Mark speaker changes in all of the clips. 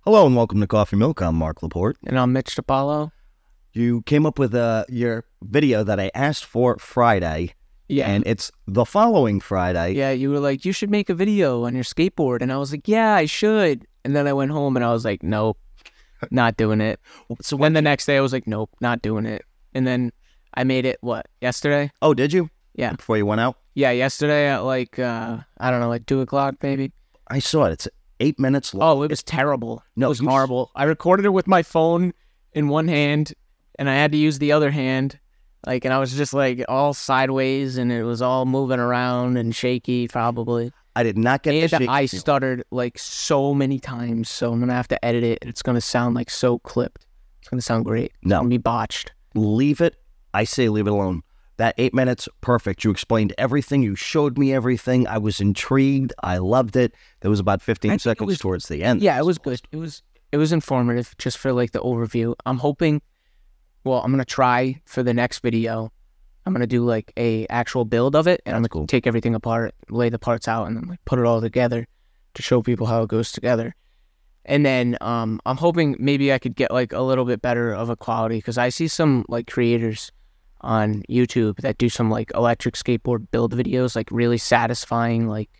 Speaker 1: Hello and welcome to Coffee Milk. I'm Mark Laporte.
Speaker 2: And I'm Mitch DiPaolo.
Speaker 1: You came up with uh, your video that I asked for Friday,
Speaker 2: Yeah.
Speaker 1: and it's the following Friday.
Speaker 2: yeah, you were like, you should make a video on your skateboard. And I was like, yeah, I should. And then I went home and I was like, nope, not doing it. So when the next day I was like, nope, not doing it. And then I made it, what, yesterday?
Speaker 1: Oh, did you?
Speaker 2: Yeah.
Speaker 1: Before you went out,
Speaker 2: Yeah, yesterday at like, uh, I don't know, like two o'clock maybe.
Speaker 1: I saw it. It's eight minutes long.
Speaker 2: Oh, it was terrible.
Speaker 1: No,
Speaker 2: it was
Speaker 1: you s-
Speaker 2: horrible. I recorded it with my phone in one hand, and I had to use the other hand. Like, and I was just like all sideways, and it was all moving around and shaky, probably.
Speaker 1: I did not get
Speaker 2: And
Speaker 1: the shake.
Speaker 2: I stuttered like so many times, so I'm gonna have to edit it, and it's gonna sound like so clipped. It's gonna sound great. It's
Speaker 1: No.
Speaker 2: gonna be botched.
Speaker 1: leave it. I say leave it alone. That eight minutes, perfect. You explained everything. You showed me everything. I was intrigued. I loved it. There was about 15
Speaker 2: think it
Speaker 1: seconds
Speaker 2: was-
Speaker 1: towards the end.
Speaker 2: Yeah, it was good. It was it was informative just for like the overview. I'm hoping well, I'm gonna try for the next video. I'm gonna do like a actual build of it and I'm
Speaker 1: That's
Speaker 2: gonna
Speaker 1: cool.
Speaker 2: take everything apart, lay the parts out and then like put it all together to show people how it goes together. And then um I'm hoping maybe I could get like a little bit better of a quality because I see some like creators on YouTube that do some like electric skateboard build videos, like really satisfying like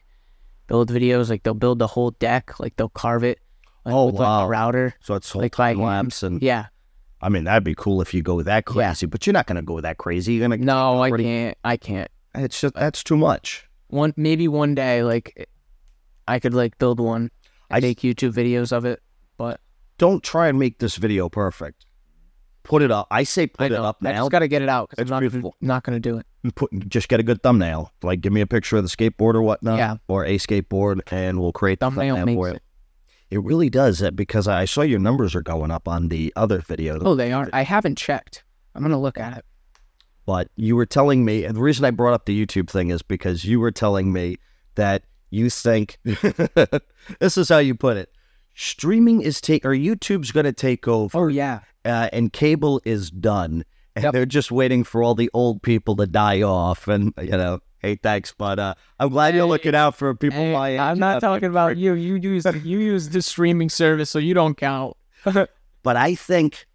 Speaker 2: build videos. Like they'll build the whole deck, like they'll carve it. Like,
Speaker 1: Oh,
Speaker 2: with, like,
Speaker 1: wow.
Speaker 2: a router.
Speaker 1: So it's
Speaker 2: Like,
Speaker 1: like
Speaker 2: like,
Speaker 1: laps and
Speaker 2: Yeah.
Speaker 1: I mean that'd be cool if you go that crazy, but you're not going to go that crazy. You're going to
Speaker 2: No, I
Speaker 1: already-
Speaker 2: can't. I can't.
Speaker 1: it's just that's too much.
Speaker 2: One maybe one day, like I could like build one.
Speaker 1: I
Speaker 2: I make YouTube videos of it, but
Speaker 1: Don't try and make this video perfect. Put it up. I say put
Speaker 2: I
Speaker 1: it
Speaker 2: don't-
Speaker 1: up
Speaker 2: I
Speaker 1: now.
Speaker 2: just got to get it out
Speaker 1: It's
Speaker 2: because I'm not gonna,
Speaker 1: beautiful.
Speaker 2: not gonna do it.
Speaker 1: Put, just get a good thumbnail. Like give me a picture of the skateboard or whatnot,
Speaker 2: Yeah.
Speaker 1: or a skateboard, and we'll create the
Speaker 2: Thumbnail
Speaker 1: thumbnail
Speaker 2: makes
Speaker 1: for it.
Speaker 2: it.
Speaker 1: It really does that because I saw your numbers are going up on the other video,
Speaker 2: Oh, they are. I haven't checked. I'm gonna look at it.
Speaker 1: but you were telling me, and the reason I brought up the YouTube thing is because you were telling me that you think this is how you put it: streaming is take or YouTube's going to take over,
Speaker 2: Oh yeah.
Speaker 1: uh, and cable is done, and
Speaker 2: Yep.
Speaker 1: they're just waiting for all the old people to die off, and you know. Hey, thanks, but uh, I'm glad you're looking out for people my age.
Speaker 2: I'm
Speaker 1: Uh,
Speaker 2: not talking about you. You use you use the streaming service, so you don't count.
Speaker 1: But I think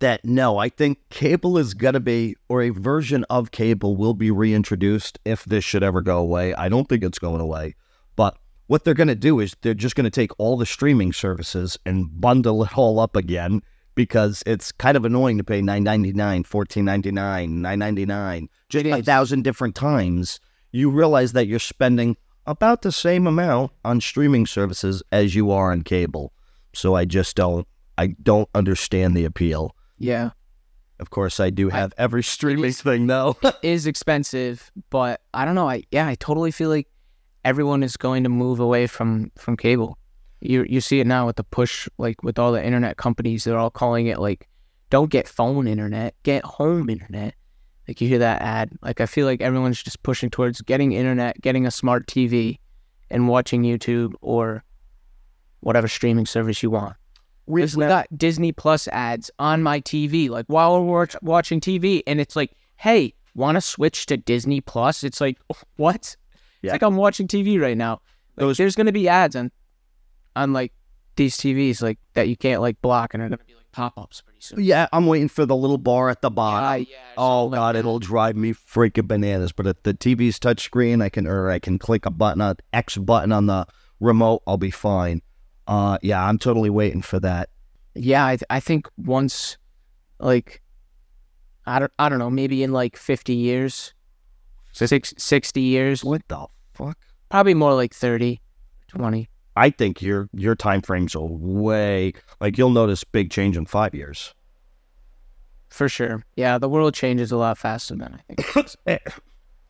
Speaker 1: that no, I think cable is going to be, or a version of cable will be reintroduced if this should ever go away. I don't think it's going away. But what they're going to do is they're just going to take all the streaming services and bundle it all up again because it's kind of annoying to pay nine ninety nine, fourteen ninety nine, nine ninety nine, just a thousand different times. You realize that you're spending about the same amount on streaming services as you are on cable. So I just don't I don't understand the appeal.
Speaker 2: yeah.
Speaker 1: Of course I do have every streaming thing though.
Speaker 2: is expensive, but I don't know. I yeah, I totally feel like everyone is going to move away from from cable. You you see it now with the push, like with all the internet companies, they're all calling it like, don't get phone internet, get home internet. Like you hear that ad. Like I feel like everyone's just pushing towards getting internet, getting a smart TV, and watching YouTube or whatever streaming service you want.
Speaker 1: We-
Speaker 2: Because we got Disney Plus ads on my TV, like while we're watch- watching TV, and it's like, hey, want to switch to Disney Plus? It's like, what?
Speaker 1: Yeah.
Speaker 2: It's like I'm watching TV right now. Like,
Speaker 1: Those-
Speaker 2: there's gonna be ads on, on like these TVs, like that you can't like block, and are gonna be like pop ups pretty soon.
Speaker 1: yeah, I'm waiting for the little bar at the bottom.
Speaker 2: Ah, yeah,
Speaker 1: Oh
Speaker 2: something like
Speaker 1: god,
Speaker 2: that.
Speaker 1: it'll drive me freaking bananas. But if the TV's touchscreen, I can or I can click a button, an X button on the remote, I'll be fine. Uh, yeah, I'm totally waiting for that.
Speaker 2: yeah, I, th- I think once, like, I don't, I don't know, maybe in like 50 years, six, 60 years,
Speaker 1: What the fuck?
Speaker 2: probably more like 30, 20.
Speaker 1: I think your your time frames are way like you'll notice big change in five years.
Speaker 2: For sure. Yeah, the world changes a lot faster than I think.
Speaker 1: Eh,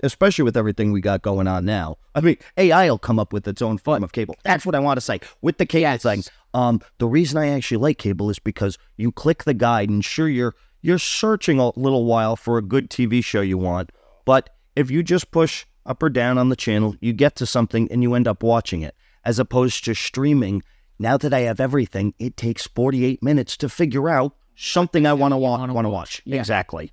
Speaker 1: Especially with everything we got going on now. I mean, AI will come up with its own form of cable. That's what I want to say. With the cable
Speaker 2: Yes.
Speaker 1: thing, um, the reason I actually like cable is because you click the guide, and sure you're you're searching a little while for a good TV show you want, but if you just push up or down on the channel, you get to something and you end up watching it. As opposed to streaming, now that I have everything, it takes 48 minutes to figure out something I want to watch. Want to watch
Speaker 2: Yeah.
Speaker 1: exactly.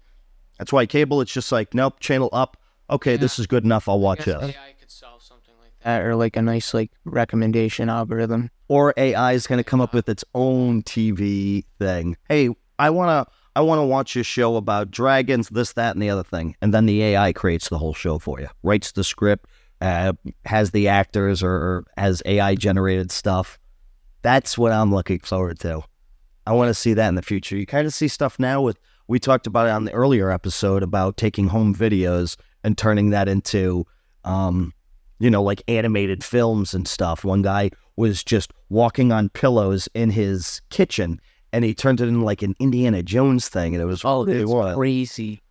Speaker 1: That's why cable. It's just like nope, channel up. Okay, this is good enough. I'll watch it.
Speaker 2: AI could solve something like that or like a nice like recommendation algorithm.
Speaker 1: or AI is going to come up with its own TV thing. Hey, I want to I want to watch a show about dragons, this, that, and the other thing, and then the AI creates the whole show for you, writes the script, uh, has the actors, or, or has AI generated stuff. That's what I'm looking forward to. I want to see that in the future. You kind of see stuff now with we talked about it on the earlier episode about taking home videos and turning that into um, you know, like animated films and stuff. One guy was just walking on pillows in his kitchen and he turned it into like an Indiana Jones thing. And it was
Speaker 2: Oh,
Speaker 1: really
Speaker 2: that's
Speaker 1: wild.
Speaker 2: crazy.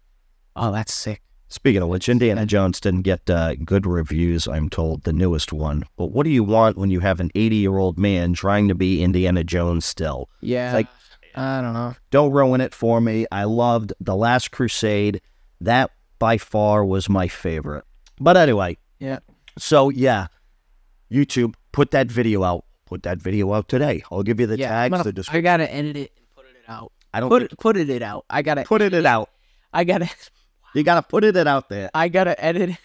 Speaker 2: Oh, that's sick.
Speaker 1: Speaking of which, Indiana Jones didn't get uh, good reviews, I'm told, the newest one. But what do you want when you have an 80 year old man trying to be Indiana Jones still?
Speaker 2: Yeah.
Speaker 1: like-
Speaker 2: I don't know.
Speaker 1: Don't ruin it for me. I loved The Last Crusade. That by far was my favorite. But anyway,
Speaker 2: Yeah.
Speaker 1: So yeah, YouTube, put that video out. Put that video out today. I'll give you the
Speaker 2: yeah.
Speaker 1: tags.
Speaker 2: I'm gonna-
Speaker 1: the description.
Speaker 2: I gotta edit it and put it out.
Speaker 1: I don't
Speaker 2: Put
Speaker 1: think-
Speaker 2: it, put it out. I gotta
Speaker 1: put it, it out.
Speaker 2: I gotta
Speaker 1: You gotta put it, it out there.
Speaker 2: I gotta edit.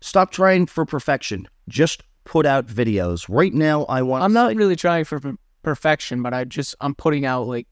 Speaker 1: Stop trying for perfection. Just put out videos. Right now, I want.
Speaker 2: I'm not really trying for per- perfection, but I just I'm putting out like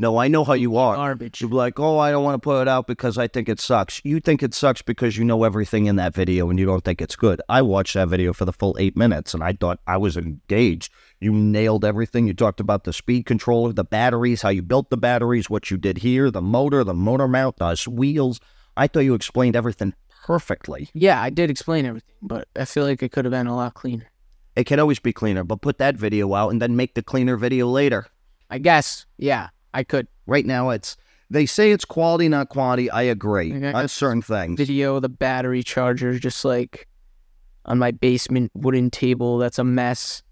Speaker 1: no, I know how you are.
Speaker 2: garbage.
Speaker 1: You're like, oh, I don't want to put it out because I think it sucks. You think it sucks because you know everything in that video and you don't think it's good. I watched that video for the full eight minutes and I thought I was engaged. You nailed everything. You talked about the speed controller, the batteries, how you built the batteries, what you did here, the motor, the motor mount, the wheels. I thought you explained everything perfectly.
Speaker 2: Yeah, I did explain everything, but I feel like it could have been a lot cleaner.
Speaker 1: It can always be cleaner, but put that video out and then make the cleaner video later.
Speaker 2: I guess. Yeah, I could
Speaker 1: Right now, it's they say it's quality, not quantity. I agree
Speaker 2: Okay.
Speaker 1: on certain things.
Speaker 2: video the battery charger just like on my basement wooden table. That's a mess.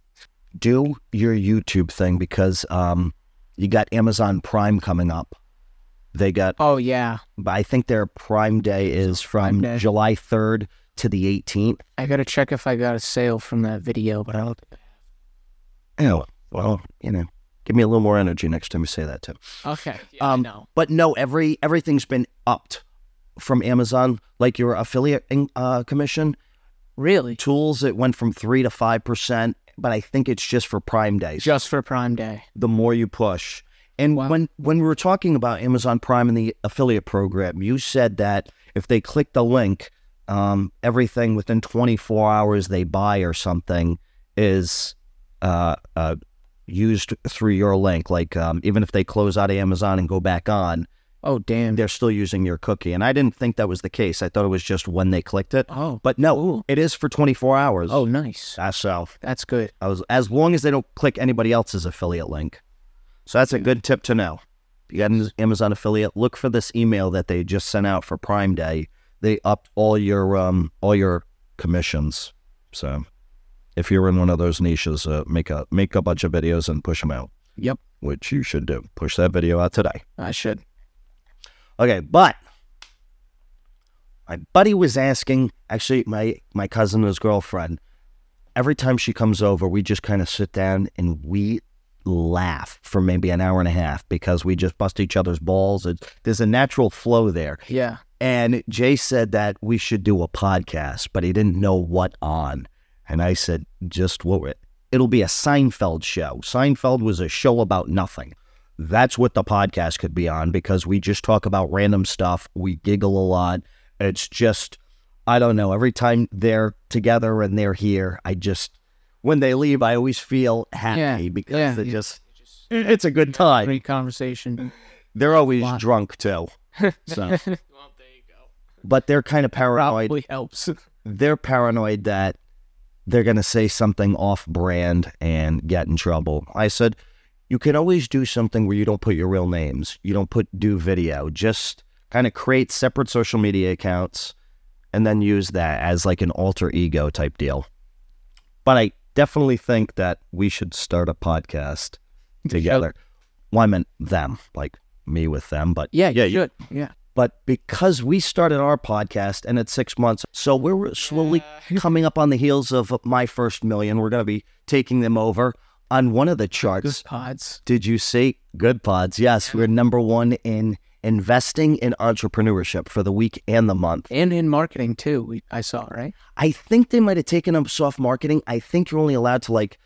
Speaker 1: do your YouTube thing because um, you got Amazon Prime coming up. They got,
Speaker 2: Oh yeah,
Speaker 1: but I think their Prime Day is from
Speaker 2: Prime Day.
Speaker 1: July 3rd to the 18th.
Speaker 2: I gotta check if I got a sale from that video, but I don't.
Speaker 1: Oh, well, you know, give me a little more energy next time you say that too.
Speaker 2: Okay.
Speaker 1: Um, But no, every everything's been upped from Amazon, like your affiliate in- uh, commission
Speaker 2: Really?
Speaker 1: tools. It went from three to five percent, but I think it's just for Prime Day.
Speaker 2: Just for Prime Day.
Speaker 1: the more you push. And
Speaker 2: Wow.
Speaker 1: when when we were talking about Amazon Prime and the affiliate program, you said that if they click the link, um, everything within 24 hours they buy or something is uh, uh, used through your link. Like um, even if they close out of Amazon and go back on,
Speaker 2: Oh damn.
Speaker 1: they're still using your cookie. And I didn't think that was the case. I thought it was just when they clicked it.
Speaker 2: Oh.
Speaker 1: But no,
Speaker 2: Cool.
Speaker 1: it is for 24 hours.
Speaker 2: Oh nice.
Speaker 1: that's uh, so.
Speaker 2: That's good.
Speaker 1: I was as long as they don't click anybody else's affiliate link. So that's a good tip to know. If you got an Amazon affiliate, look for this email that they just sent out for Prime Day. They upped all your um all your commissions. So if you're in one of those niches, uh, make a make a bunch of videos and push them out,
Speaker 2: Yep.
Speaker 1: which you should do. Push that video out today.
Speaker 2: I should.
Speaker 1: Okay, but my buddy was asking, actually my my cousin and his girlfriend, every time she comes over, we just kind of sit down and we laugh for maybe an hour and a half because we just bust each other's balls. It, there's a natural flow there.
Speaker 2: Yeah.
Speaker 1: And Jay said that we should do a podcast, but he didn't know what on. And I said, just what we- it'll be a Seinfeld show. Seinfeld was a show about nothing. That's what the podcast could be on because we just talk about random stuff. We giggle a lot. It's just, I don't know. Every time they're together and they're here, I just, when they leave, I always feel happy
Speaker 2: Yeah,
Speaker 1: because
Speaker 2: yeah,
Speaker 1: it
Speaker 2: yeah.
Speaker 1: just, it's a good time.
Speaker 2: Great conversation.
Speaker 1: They're always
Speaker 2: Wow.
Speaker 1: drunk too. So,
Speaker 2: Well, there you go.
Speaker 1: but they're kind of paranoid.
Speaker 2: Probably helps.
Speaker 1: they're paranoid that they're going to say something off brand and get in trouble. I said, you can always do something where you don't put your real names. You don't put do video. Just kind of create separate social media accounts and then use that as like an alter ego type deal. But I definitely think that we should start a podcast together. Well, I meant them, like me with them, but
Speaker 2: Yeah.
Speaker 1: Yeah,
Speaker 2: Yeah.
Speaker 1: you-
Speaker 2: You should. Yeah.
Speaker 1: but because we started our podcast and it's six months, so we're slowly coming up on the heels of my first million. We're going to be taking them over on one of the charts.
Speaker 2: Good pods.
Speaker 1: Did you see Good Pods? Yes, we're number one in investing in entrepreneurship for the week and the month.
Speaker 2: and in marketing too. We, I saw right.
Speaker 1: I think they might have taken up soft marketing. I think you're only allowed to like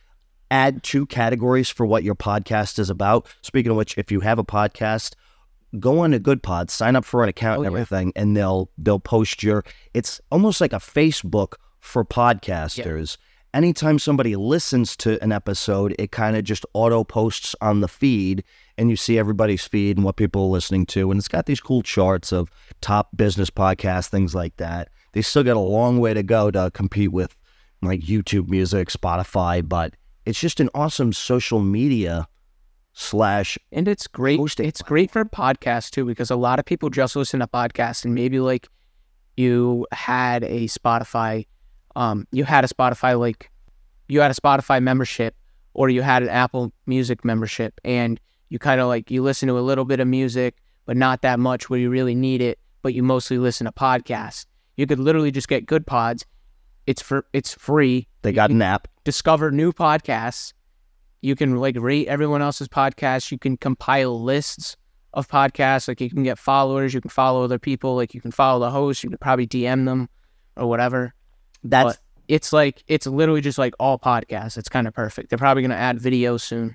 Speaker 1: add two categories for what your podcast is about. Speaking of which, if you have a podcast, go on to Good Pod, sign up for an account
Speaker 2: Oh,
Speaker 1: and
Speaker 2: yeah.
Speaker 1: everything, and they'll they'll post your. It's almost like a Facebook for podcasters. Anytime somebody listens to an episode, it kind of just auto posts on the feed, and you see everybody's feed and what people are listening to. And it's got these cool charts of top business podcasts, things like that. They still got a long way to go to compete with like YouTube Music, Spotify, but it's just an awesome social media slash
Speaker 2: And it's great.
Speaker 1: Hosting
Speaker 2: It's great for podcasts too because a lot of people just listen to podcasts and maybe like you had a Spotify, um, you had a Spotify like you had a Spotify membership or you had an Apple Music membership and you kind of like you listen to a little bit of music but not that much where you really need it, but you mostly listen to podcasts. You could literally just get Good Pods. It's for it's free
Speaker 1: They got an app.
Speaker 2: discover new podcasts. You can like rate everyone else's podcasts. You can compile lists of podcasts. Like you can get followers. You can follow other people. Like you can follow the host. You can probably DM them or whatever.
Speaker 1: That's
Speaker 2: It's like it's literally just like all podcasts. It's kind of perfect. They're probably gonna add video soon.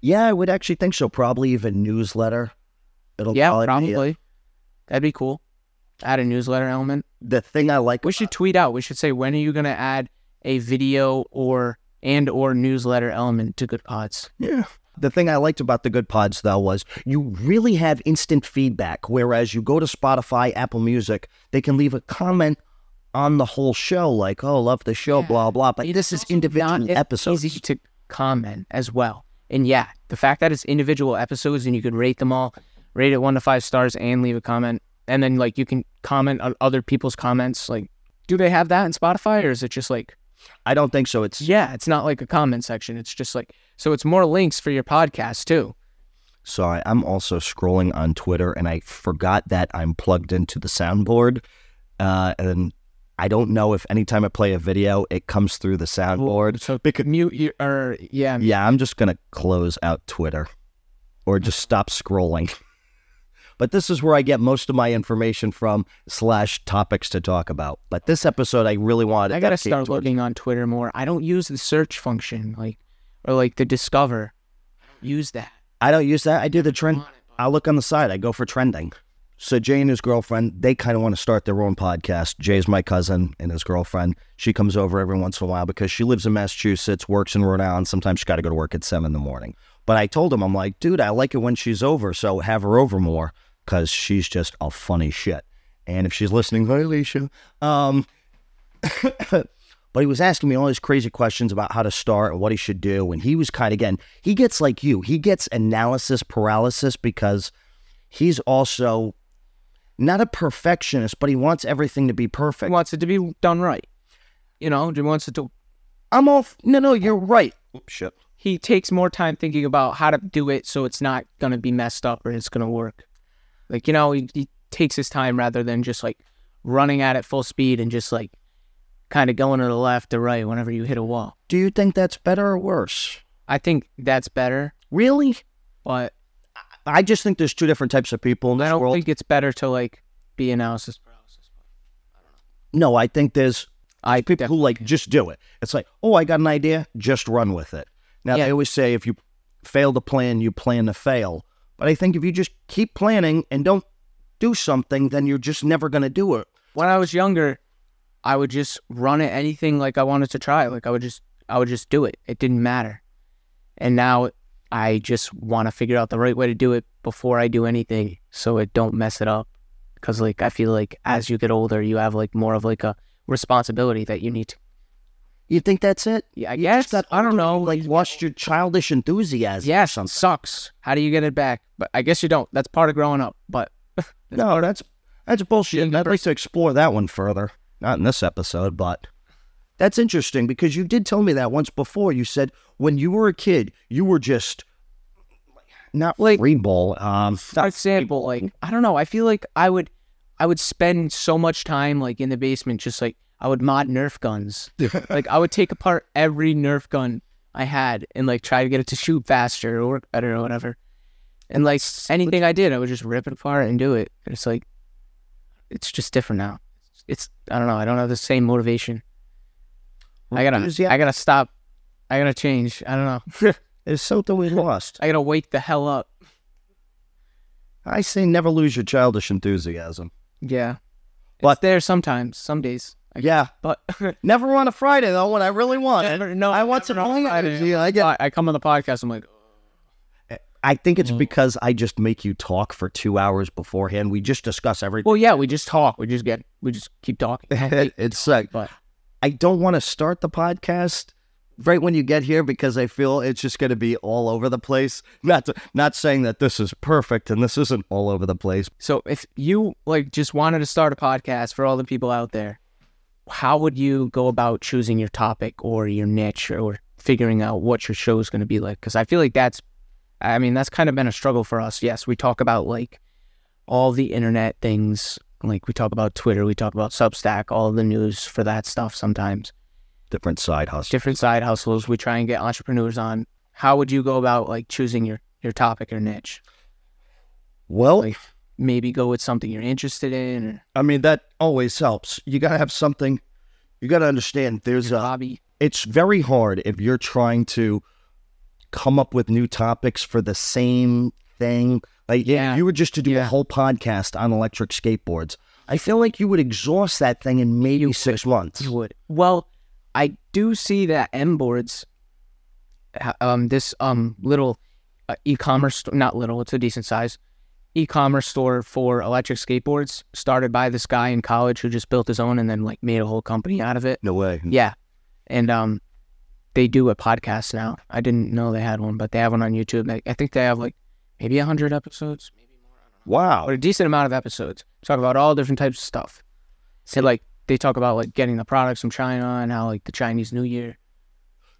Speaker 1: yeah, I would actually think so. Probably even newsletter. It'll
Speaker 2: yeah,
Speaker 1: probably uh, be-
Speaker 2: probably. That'd be cool. Add a newsletter element.
Speaker 1: the thing I like.
Speaker 2: We should tweet out. We should say when are you gonna add a video or and or newsletter element to Good Pods?
Speaker 1: Yeah. The thing I liked about the good pods though was you really have instant feedback. Whereas you go to Spotify, Apple Music, they can leave a comment on the whole show, like "Oh, love the show," blah blah. But
Speaker 2: It
Speaker 1: this is
Speaker 2: also
Speaker 1: individual
Speaker 2: not as
Speaker 1: episodes.
Speaker 2: Easy to comment as well. And yeah, the fact that it's individual episodes and you could rate them all, rate it one to five stars and leave a comment. And then like you can comment on other people's comments. Like, do they have that in Spotify or is it just like
Speaker 1: I don't think so. It's
Speaker 2: yeah, it's not like a comment section. It's just like so it's more links for your podcast too.
Speaker 1: Sorry, I'm also scrolling on Twitter and I forgot that I'm plugged into the soundboard. Uh, and I don't know if anytime I play a video, it comes through the soundboard.
Speaker 2: So mute your or yeah,
Speaker 1: Yeah, I'm just going to close out Twitter or just stop scrolling. But this is where I get most of my information from, slash topics to talk about. But this episode, I really wanted.
Speaker 2: I gotta
Speaker 1: dedicate
Speaker 2: start
Speaker 1: towards-
Speaker 2: looking on Twitter more. I don't use the search function like or like the discover. Use that.
Speaker 1: I don't use that. I do the trend. I look on the side. I go for trending. So Jay and his girlfriend, they kind of want to start their own podcast. Jay's my cousin and his girlfriend. She comes over every once in a while because she lives in Massachusetts, works in Rhode Island. Sometimes she got to go to work at seven in the morning. But I told him, I'm like, dude, I like it when she's over, so have her over more because she's just a funny shit. And if she's listening, hi Alicia. Um, but he was asking me all these crazy questions about how to start and what he should do. And he was kind of again, he gets like you, he gets analysis paralysis because he's also not a perfectionist, but he wants everything to be perfect.
Speaker 2: wants it to be done right. You know, he wants it to.
Speaker 1: I'm all no, no, you're right. Oops, shit.
Speaker 2: He takes more time thinking about how to do it so it's not going to be messed up or it's going to work. Like you know, he, he takes his time rather than just like running at it full speed and just like kind of going to the left or right whenever you hit a wall.
Speaker 1: Do you think that's better or worse?
Speaker 2: I think that's better,
Speaker 1: Really?
Speaker 2: but
Speaker 1: I just think there's two different types of people in
Speaker 2: I
Speaker 1: this
Speaker 2: don't
Speaker 1: world.
Speaker 2: think it's better to like be analysis paralysis.
Speaker 1: no, I think there's
Speaker 2: I
Speaker 1: people who like just do it. It's like, oh, I got an idea, just run with it. Now
Speaker 2: Yeah.
Speaker 1: they always say if you fail to plan, you plan to fail. But I think if you just keep planning and don't do something, then you're just never going to do it.
Speaker 2: when I was younger, I would just run at anything like I wanted to try. Like I would just I would just do it. It didn't matter. And now I just want to figure out the right way to do it before I do anything, so it don't mess it up. Because like I feel like as you get older, you have like more of like a responsibility that you need to.
Speaker 1: You think that's it?
Speaker 2: Yeah, I
Speaker 1: You just
Speaker 2: guess
Speaker 1: got
Speaker 2: I don't
Speaker 1: older,
Speaker 2: know.
Speaker 1: you, Like lost your childish enthusiasm.
Speaker 2: yeah,
Speaker 1: or something.
Speaker 2: sucks. How do you get it back? But I guess you don't. That's part of growing up. But
Speaker 1: No, that's that's bullshit. I'd like to explore that one further. Not in this episode, but that's interesting because you did tell me that once before. You said when you were a kid, you were just not like
Speaker 2: Like-
Speaker 1: free ball. Um,
Speaker 2: for example, like I don't know, I feel like I would, I would spend so much time like in the basement, just like I would mod Nerf guns. like I would take apart every Nerf gun I had and like try to get it to shoot faster or work better or whatever. And like anything I did, I would just rip it apart and do it. And it's like, it's just different now. It's I don't know. I don't have the same motivation. I gotta
Speaker 1: There's- yeah,
Speaker 2: I gotta stop. I gotta change. I don't know.
Speaker 1: there's something we lost.
Speaker 2: I gotta wake the hell up.
Speaker 1: I say never lose your childish enthusiasm.
Speaker 2: Yeah,
Speaker 1: But-
Speaker 2: it's there sometimes, some days. I,
Speaker 1: Yeah,
Speaker 2: but
Speaker 1: never on a Friday though when I really want it.
Speaker 2: Never- no,
Speaker 1: I want some
Speaker 2: never on
Speaker 1: hung
Speaker 2: Friday.
Speaker 1: energy. I get.
Speaker 2: I, I come on the podcast. I'm like,
Speaker 1: I think
Speaker 2: Mm-hmm.
Speaker 1: it's because I just make you talk for two hours beforehand. We just discuss everything.
Speaker 2: well, yeah, we just talk. We just get. We just keep talking.
Speaker 1: it's like
Speaker 2: But
Speaker 1: I don't want to start the podcast right when you get here because I feel it's just going to be all over the place. Not to, not saying that this is perfect and this isn't all over the place.
Speaker 2: so if you like just wanted to start a podcast for all the people out there, how would you go about choosing your topic or your niche or figuring out what your show is going to be like? Because I feel like that's, I mean, that's kind of been a struggle for us. Yes, we talk about like all the internet things. Like we talk about Twitter, we talk about Substack, all the news for that stuff sometimes.
Speaker 1: Different side hustle.
Speaker 2: different side hustles. We try and get entrepreneurs on. How would you go about like choosing your your topic or niche?
Speaker 1: Well,
Speaker 2: Like maybe go with something you're interested in or
Speaker 1: I mean that always helps. You got to have something. You got to understand. There's
Speaker 2: your
Speaker 1: a.
Speaker 2: hobby.
Speaker 1: It's very hard if you're trying to come up with new topics for the same thing. Like
Speaker 2: Yeah.
Speaker 1: if you were just to do a
Speaker 2: Yeah.
Speaker 1: whole podcast on electric skateboards. I feel like you would exhaust that thing in maybe six months.
Speaker 2: You would. Well, I do see that M boards, ha- um, this um little uh, e-commerce sto- not little, it's a decent size e-commerce store for electric skateboards started by this guy in college who just built his own and then like made a whole company out of it.
Speaker 1: No way.
Speaker 2: Yeah. And um they do a podcast now. I didn't know they had one, but they have one on YouTube. They- I think they have like maybe 100 episodes
Speaker 1: Wow.
Speaker 2: or a decent amount of episodes. Talk about all different types of stuff. So like they talk about like getting the products from China and how like the Chinese New Year.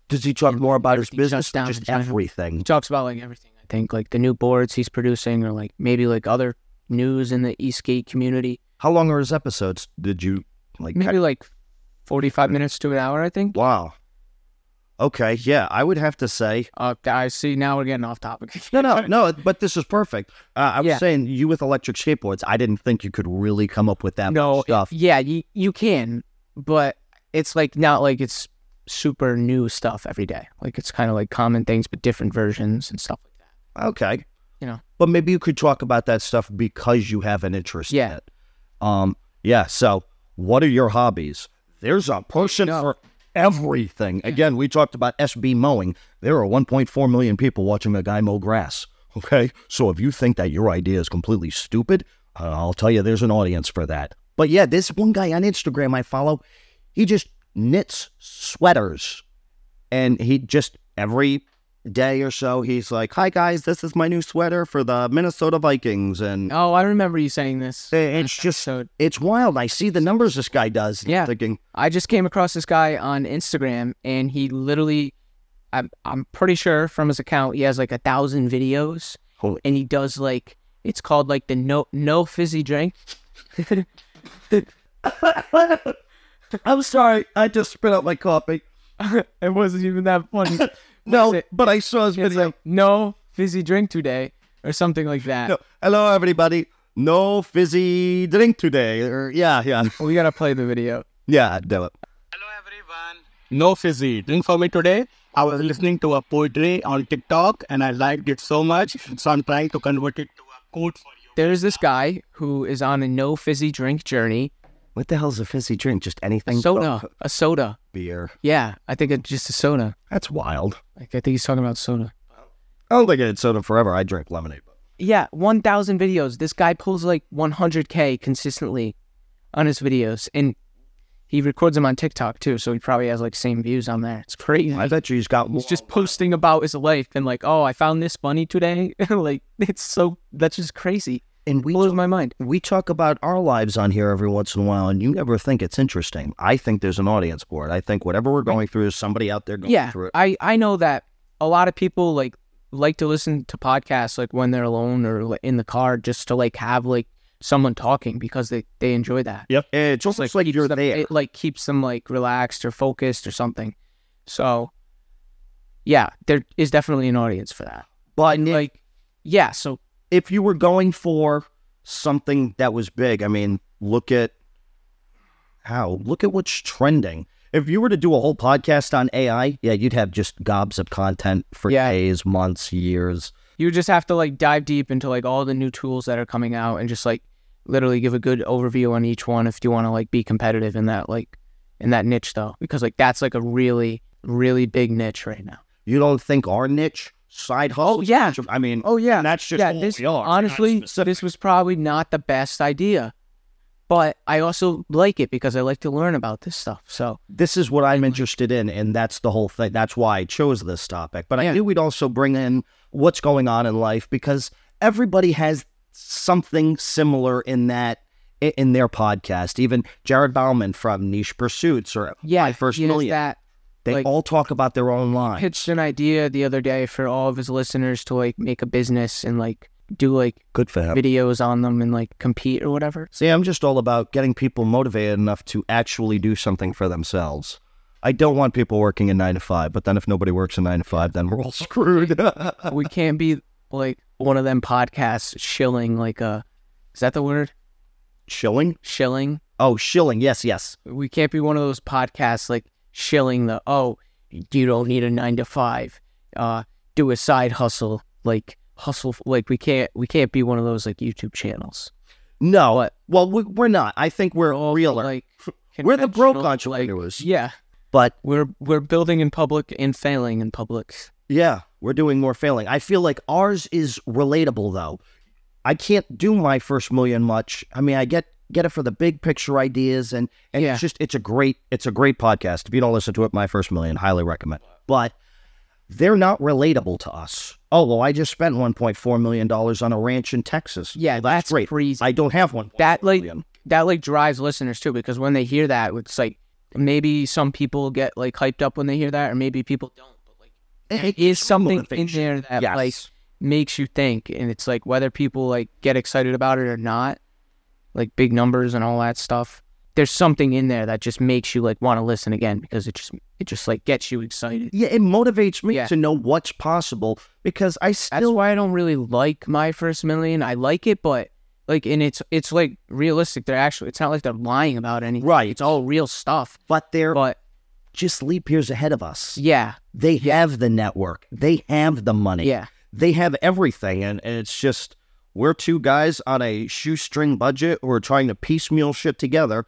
Speaker 1: Does he talk more about his
Speaker 2: Everything
Speaker 1: business?
Speaker 2: shuts
Speaker 1: or
Speaker 2: down in
Speaker 1: Just
Speaker 2: China. He
Speaker 1: everything.
Speaker 2: talks about like everything. I think like the new boards he's producing or like maybe like other news in the e-skate community.
Speaker 1: How long are his episodes? Did you like?
Speaker 2: Maybe like 45 minutes to an hour, I think.
Speaker 1: Wow. Okay. Yeah, I would have to say
Speaker 2: Uh, I see now we're getting off topic.
Speaker 1: No, no, no. But this is perfect. Uh, I was
Speaker 2: Yeah.
Speaker 1: saying you with electric skateboards. I didn't think you could really come up with that
Speaker 2: no
Speaker 1: much stuff.
Speaker 2: Yeah, you, you can, but it's like not like it's super new stuff every day. Like it's kind of like common things, but different versions and stuff like that.
Speaker 1: Okay.
Speaker 2: You know.
Speaker 1: But maybe you could talk about that stuff because you have an interest. In
Speaker 2: Yeah.
Speaker 1: it. Um. Yeah. So, what are your hobbies? There's a person
Speaker 2: No.
Speaker 1: for everything. Again, we talked about SB mowing. There are 1.4 million people watching a guy mow grass. Okay. So if you think that your idea is completely stupid, uh, I'll tell you there's an audience for that. But yeah, this one guy on Instagram I follow, he just knits sweaters. And he just every day or so, he's like, Hi guys, this is my new sweater for the Minnesota Vikings. And
Speaker 2: Oh, I remember you saying this.
Speaker 1: it's just,
Speaker 2: So
Speaker 1: it's wild. I see the numbers this guy does. and I'm
Speaker 2: Yeah.
Speaker 1: Thinking,
Speaker 2: I just came across this guy on Instagram, and he literally, I'm I'm pretty sure from his account, he has like a thousand videos,
Speaker 1: Holy-
Speaker 2: and he does like it's called like the no no fizzy drink.
Speaker 1: I'm sorry. I just spit out my coffee.
Speaker 2: it wasn't even that funny. Was
Speaker 1: No,
Speaker 2: it-
Speaker 1: but I saw his
Speaker 2: it's
Speaker 1: video.
Speaker 2: like uh, no fizzy drink today or something like that.
Speaker 1: No, hello, everybody. No fizzy drink today. Or, yeah, yeah,
Speaker 2: We gotta play the video.
Speaker 1: yeah. Do it.
Speaker 3: Hello everyone. No fizzy drink for me today. I was listening to a poetry on TikTok and I liked it so much, so I'm trying to convert it to a quote for you.
Speaker 2: There's this guy who is on a no fizzy drink journey.
Speaker 1: What the hell's a fizzy drink? Just anything?
Speaker 2: Soda,
Speaker 1: Oh,
Speaker 2: a soda.
Speaker 1: beer.
Speaker 2: Yeah, I think it's just a soda.
Speaker 1: That's wild.
Speaker 2: Like I think he's talking about soda.
Speaker 1: I don't think I had soda forever. I drink lemonade.
Speaker 2: Yeah, 1,000 videos. This guy pulls like 100k consistently on his videos, and he records them on TikTok too. So he probably has like same views on there. It's crazy.
Speaker 1: I bet you he's got more.
Speaker 2: He's just posting about his life and like, oh, I found this funny today. like it's so that's just crazy.
Speaker 1: and we
Speaker 2: Blows my mind.
Speaker 1: we talk about our lives on here every once in a while, and you never think it's interesting. I think there's an audience for it. I think whatever we're going through, there's somebody out there going
Speaker 2: yeah
Speaker 1: through it.
Speaker 2: i i know that a lot of people like like to listen to podcasts like when they're alone or like, in the car just to like have like someone talking because they they enjoy that
Speaker 1: Yep. It's almost like,
Speaker 2: keeps
Speaker 1: you're
Speaker 2: them-
Speaker 1: there.
Speaker 2: it like keeps them like relaxed or focused or something so yeah there is definitely an audience for that
Speaker 1: but
Speaker 2: like yeah, so
Speaker 1: if you were going for something that was big, I mean, look at how, look at what's trending. If you were to do a whole podcast on AI, yeah, you'd have just gobs of content for
Speaker 2: Yeah.
Speaker 1: days, months, years.
Speaker 2: you just have to like dive deep into like all the new tools that are coming out and just like literally give a good overview on each one if you want to like be competitive in that like in that niche though because like that's like a really really big niche right now.
Speaker 1: You don't think our niche side hustle?
Speaker 2: Oh, yeah.
Speaker 1: I mean,
Speaker 2: Oh yeah.
Speaker 1: that's just
Speaker 2: yeah,
Speaker 1: who
Speaker 2: this,
Speaker 1: we are. We're not
Speaker 2: Honestly,
Speaker 1: specific.
Speaker 2: this was probably not the best idea, but I also like it because I like to learn about this stuff. So
Speaker 1: this is what I'm interested in, and that's the whole thing. That's why I chose this topic. But I knew we'd also bring in what's going on in life because everybody has something similar in that i- in their podcast. Even Jared Bauman from Niche Pursuits or
Speaker 2: yeah,
Speaker 1: My First
Speaker 2: he has
Speaker 1: Million,
Speaker 2: that
Speaker 1: they
Speaker 2: like-
Speaker 1: all talk about their own line.
Speaker 2: pitched an idea the other day for all of his listeners to like make a business and like do like
Speaker 1: Good for him.
Speaker 2: videos on them and like compete or whatever.
Speaker 1: See, I'm just all about getting people motivated enough to actually do something for themselves. I don't want people working a nine to five, but then if nobody works a nine to five, then we're all screwed.
Speaker 2: we can't be like one of them podcasts shilling like a is that the word
Speaker 1: Shilling?
Speaker 2: shilling?
Speaker 1: Oh, shilling. Yes, yes.
Speaker 2: We can't be one of those podcasts like shilling the oh you don't need a nine to five. Uh, do a side hustle like hustle like we can't we can't be one of those like YouTube channels.
Speaker 1: No, uh, well, we, we're not. I think we're all realer.
Speaker 2: Oh, Like
Speaker 1: we're the broke
Speaker 2: conventional,
Speaker 1: entrepreneurs.
Speaker 2: Yeah,
Speaker 1: but
Speaker 2: we're we're building in public and failing in public.
Speaker 1: yeah, we're doing more failing. I feel like ours is relatable, though. I can't do my first million much. I mean, I get get it for the big picture ideas, and and
Speaker 2: Yeah.
Speaker 1: it's just it's a great it's a great podcast. If you don't listen to it, my first million, highly recommend. But they're not relatable to us. Oh well, I just spent one point four million dollars on a ranch in Texas.
Speaker 2: Yeah,
Speaker 1: Well, that's,
Speaker 2: that's
Speaker 1: great.
Speaker 2: crazy.
Speaker 1: I don't have one.
Speaker 2: that like that like drives listeners too because when they hear that it's like maybe some people get like hyped up when they hear that or maybe people don't but like there is something in
Speaker 1: motivation.
Speaker 2: there that
Speaker 1: Yes.
Speaker 2: like makes you think and it's like whether people like get excited about it or not like big numbers and all that stuff there's something in there that just makes you like want to listen again because it just it just like gets you excited
Speaker 1: yeah, it motivates me
Speaker 2: Yeah.
Speaker 1: to know what's possible because I
Speaker 2: that's
Speaker 1: still
Speaker 2: why I don't really like my first million I like it but like and it's it's like realistic they're actually it's not like they're lying about anything
Speaker 1: Right. Er
Speaker 2: it's all real stuff
Speaker 1: but they're
Speaker 2: but
Speaker 1: just leap years ahead of us.
Speaker 2: yeah
Speaker 1: They have the network. They have the money.
Speaker 2: yeah
Speaker 1: They have everything. And, and it's just we're two guys on a shoestring budget who are trying to piecemeal shit together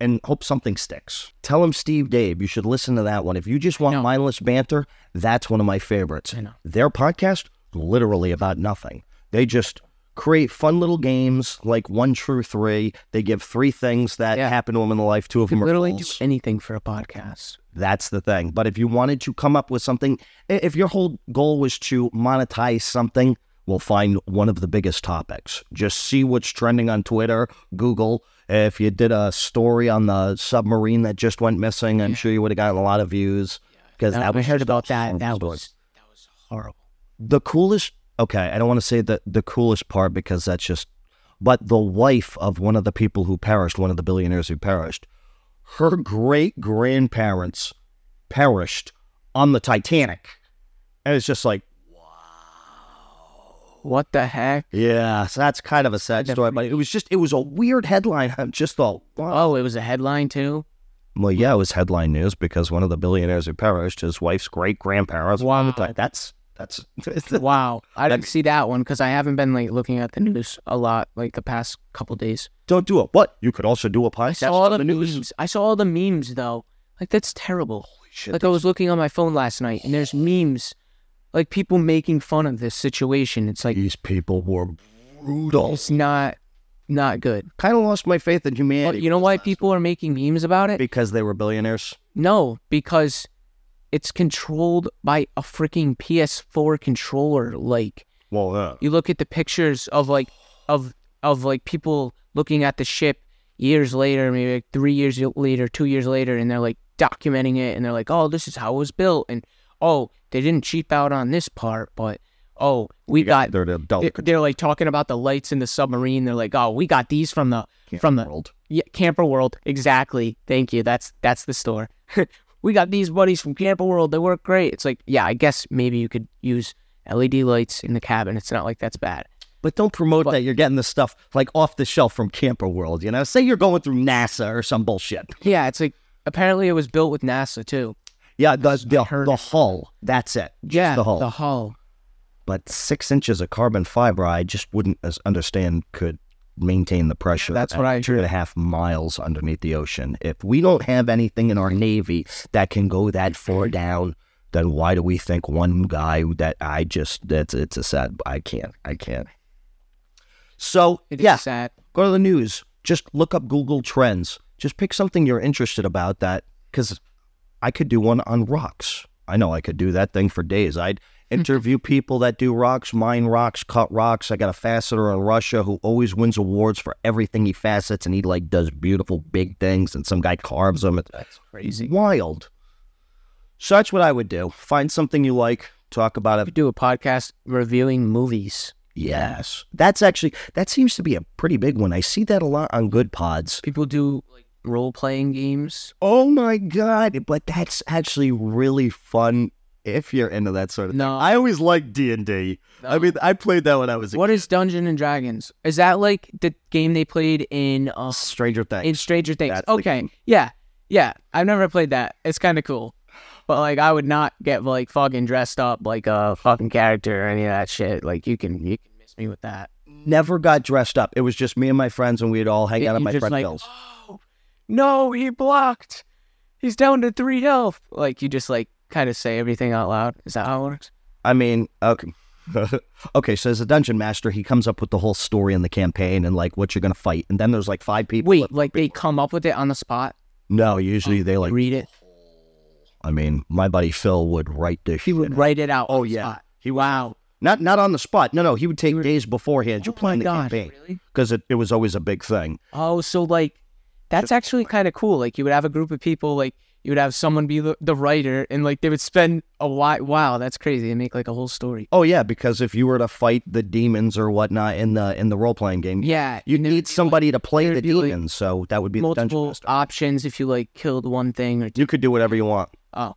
Speaker 1: and hope something sticks. Tell them Steve Dave, you should listen to that one. If you just want
Speaker 2: know.
Speaker 1: mindless banter, that's one of my favorites.
Speaker 2: I know.
Speaker 1: Their podcast, literally about nothing. They just create fun little games like one true three. They give three things that
Speaker 2: Yeah.
Speaker 1: happen to them in the life. Two of
Speaker 2: could
Speaker 1: them are
Speaker 2: literally do
Speaker 1: false.
Speaker 2: anything for a podcast.
Speaker 1: That's the thing. But if you wanted to come up with something, i- if your whole goal was to monetize something, we'll find one of the biggest topics. Just see what's trending on Twitter, Google. If you did a story on the submarine that just went missing, I'm sure you would have gotten a lot of views because
Speaker 2: I
Speaker 1: that was
Speaker 2: heard
Speaker 1: just a
Speaker 2: about that.
Speaker 1: horrible
Speaker 2: That
Speaker 1: story.
Speaker 2: was that was horrible.
Speaker 1: the coolest. Okay, I don't want to say the the coolest part because that's just. But the wife of one of the people who perished, one of the billionaires who perished, her great grandparents perished on the Titanic, and it's just like,
Speaker 2: What the heck?
Speaker 1: yeah, so that's kind of a sad story. But it was just, it was a weird headline. I just thought, wow.
Speaker 2: Oh, it was a headline too.
Speaker 1: well, yeah, it was headline news because one of the billionaires who perished, his wife's great grandparents. Wow, that's that's
Speaker 2: Wow, I didn't see that one because I haven't been like looking at the news a lot like the past couple days.
Speaker 1: don't do it. What you could also do a podcast.
Speaker 2: I saw all
Speaker 1: on
Speaker 2: the memes. I saw all the memes though. Like that's terrible.
Speaker 1: shit,
Speaker 2: like I was looking on my phone last night and there's memes, like people making fun of this situation. It's like
Speaker 1: These people were brutal.
Speaker 2: it's not not good.
Speaker 1: Kind of lost my faith in
Speaker 2: But
Speaker 1: humanity
Speaker 2: you know why people are making memes about it?
Speaker 1: because they were billionaires.
Speaker 2: No, because it's controlled by a freaking PS4 controller. Like
Speaker 1: Well, uh,
Speaker 2: you look at the pictures of like of of like people looking at the ship years later, maybe like three years later, two years later, and they're like documenting it, and they're like, "Oh, this is how it was built," and "Oh, they didn't cheap out on this part," but "Oh, we got."
Speaker 1: they're the adult
Speaker 2: They're, they're like talking about the lights in the submarine. They're like, "Oh, we got these from the from the
Speaker 1: world.
Speaker 2: yeah, Camper World. Exactly. Thank you. That's that's the store. we got these buddies from Camper World. They work great. It's like, yeah, I guess maybe you could use LED lights in the cabin. It's not like that's bad.
Speaker 1: But don't promote that you're getting the stuff like off the shelf from Camper World. You know, say you're going through NASA or some bullshit.
Speaker 2: Yeah, it's like apparently it was built with NASA too.
Speaker 1: Yeah, the the, the hull. That's it. Just
Speaker 2: Yeah,
Speaker 1: the hull.
Speaker 2: The hull.
Speaker 1: but six inches of carbon fiber, I just wouldn't as- understand could maintain the pressure.
Speaker 2: That's
Speaker 1: at
Speaker 2: what I-
Speaker 1: two and a half miles underneath the ocean. If we don't have anything in our navy that can go that far down, then why do we think one guy that I just that's it's a sad I can't I can't. So
Speaker 2: It is
Speaker 1: yeah,
Speaker 2: sad.
Speaker 1: go to the news. Just look up Google Trends. Just pick something you're interested about that because I could do one on rocks. I know I could do that thing for days. I'd interview people that do rocks, mine rocks, cut rocks. I got a faceter in Russia who always wins awards for everything he facets and he like does beautiful big things and some guy carves them. That's
Speaker 2: crazy.
Speaker 1: Wild. So that's what I would do. Find something you like, talk about
Speaker 2: We
Speaker 1: it.
Speaker 2: do a podcast reviewing movies.
Speaker 1: Yes. That's actually that seems to be a pretty big one. I see that a lot on good pods.
Speaker 2: People do like role playing games.
Speaker 1: Oh my god! But that's actually really fun if you're into that sort of.
Speaker 2: No.
Speaker 1: thing. I always liked D and D. I mean, I played that when I was a
Speaker 2: What is Dungeon and Dragons? Is that like the game they played in uh,
Speaker 1: Stranger Things.
Speaker 2: in Stranger Things?
Speaker 1: That's the
Speaker 2: okay, yeah, yeah. I've never played that. It's kind of cool, but like I would not get like fucking dressed up like a fucking character or any of that shit. Like you can you can miss me with that.
Speaker 1: Never got dressed up. It was just me and my friends, and we'd all hang out at
Speaker 2: You're
Speaker 1: my
Speaker 2: just
Speaker 1: friend
Speaker 2: like,
Speaker 1: Bill's.
Speaker 2: Oh, no, he blocked. He's down to three health. Like you just like kind of say everything out loud. Is that how it works?
Speaker 1: I mean, okay. okay, so as a dungeon master, he comes up with the whole story and the campaign and like what you're gonna fight, and then there's like five people.
Speaker 2: Wait, like they come up with it on the spot.
Speaker 1: No, usually they like.
Speaker 2: read it.
Speaker 1: I mean, my buddy Phil would write this.
Speaker 2: He would write it out.
Speaker 1: Oh,
Speaker 2: on the
Speaker 1: yeah.
Speaker 2: spot.
Speaker 1: He was-
Speaker 2: wow.
Speaker 1: not not on the spot. No, no, he would take days beforehand. You're
Speaker 2: Oh my
Speaker 1: playing the
Speaker 2: God,
Speaker 1: campaign
Speaker 2: really?
Speaker 1: because it, it was always a big thing.
Speaker 2: Oh, so like that's actually kind of cool. Like you would have a group of people. Like you would have someone be the, the writer, and like they would spend a while. Wow, that's crazy. They make like a whole story.
Speaker 1: Oh yeah, because if you were to fight the demons or whatnot in the in the role playing game,
Speaker 2: Yeah,
Speaker 1: you
Speaker 2: and there would
Speaker 1: need
Speaker 2: be, like,
Speaker 1: somebody to play the
Speaker 2: there'd be, like,
Speaker 1: demons. so that would be the dungeon
Speaker 2: multiple
Speaker 1: master.
Speaker 2: options if you like killed one thing or two.
Speaker 1: You could do whatever you want.
Speaker 2: Oh,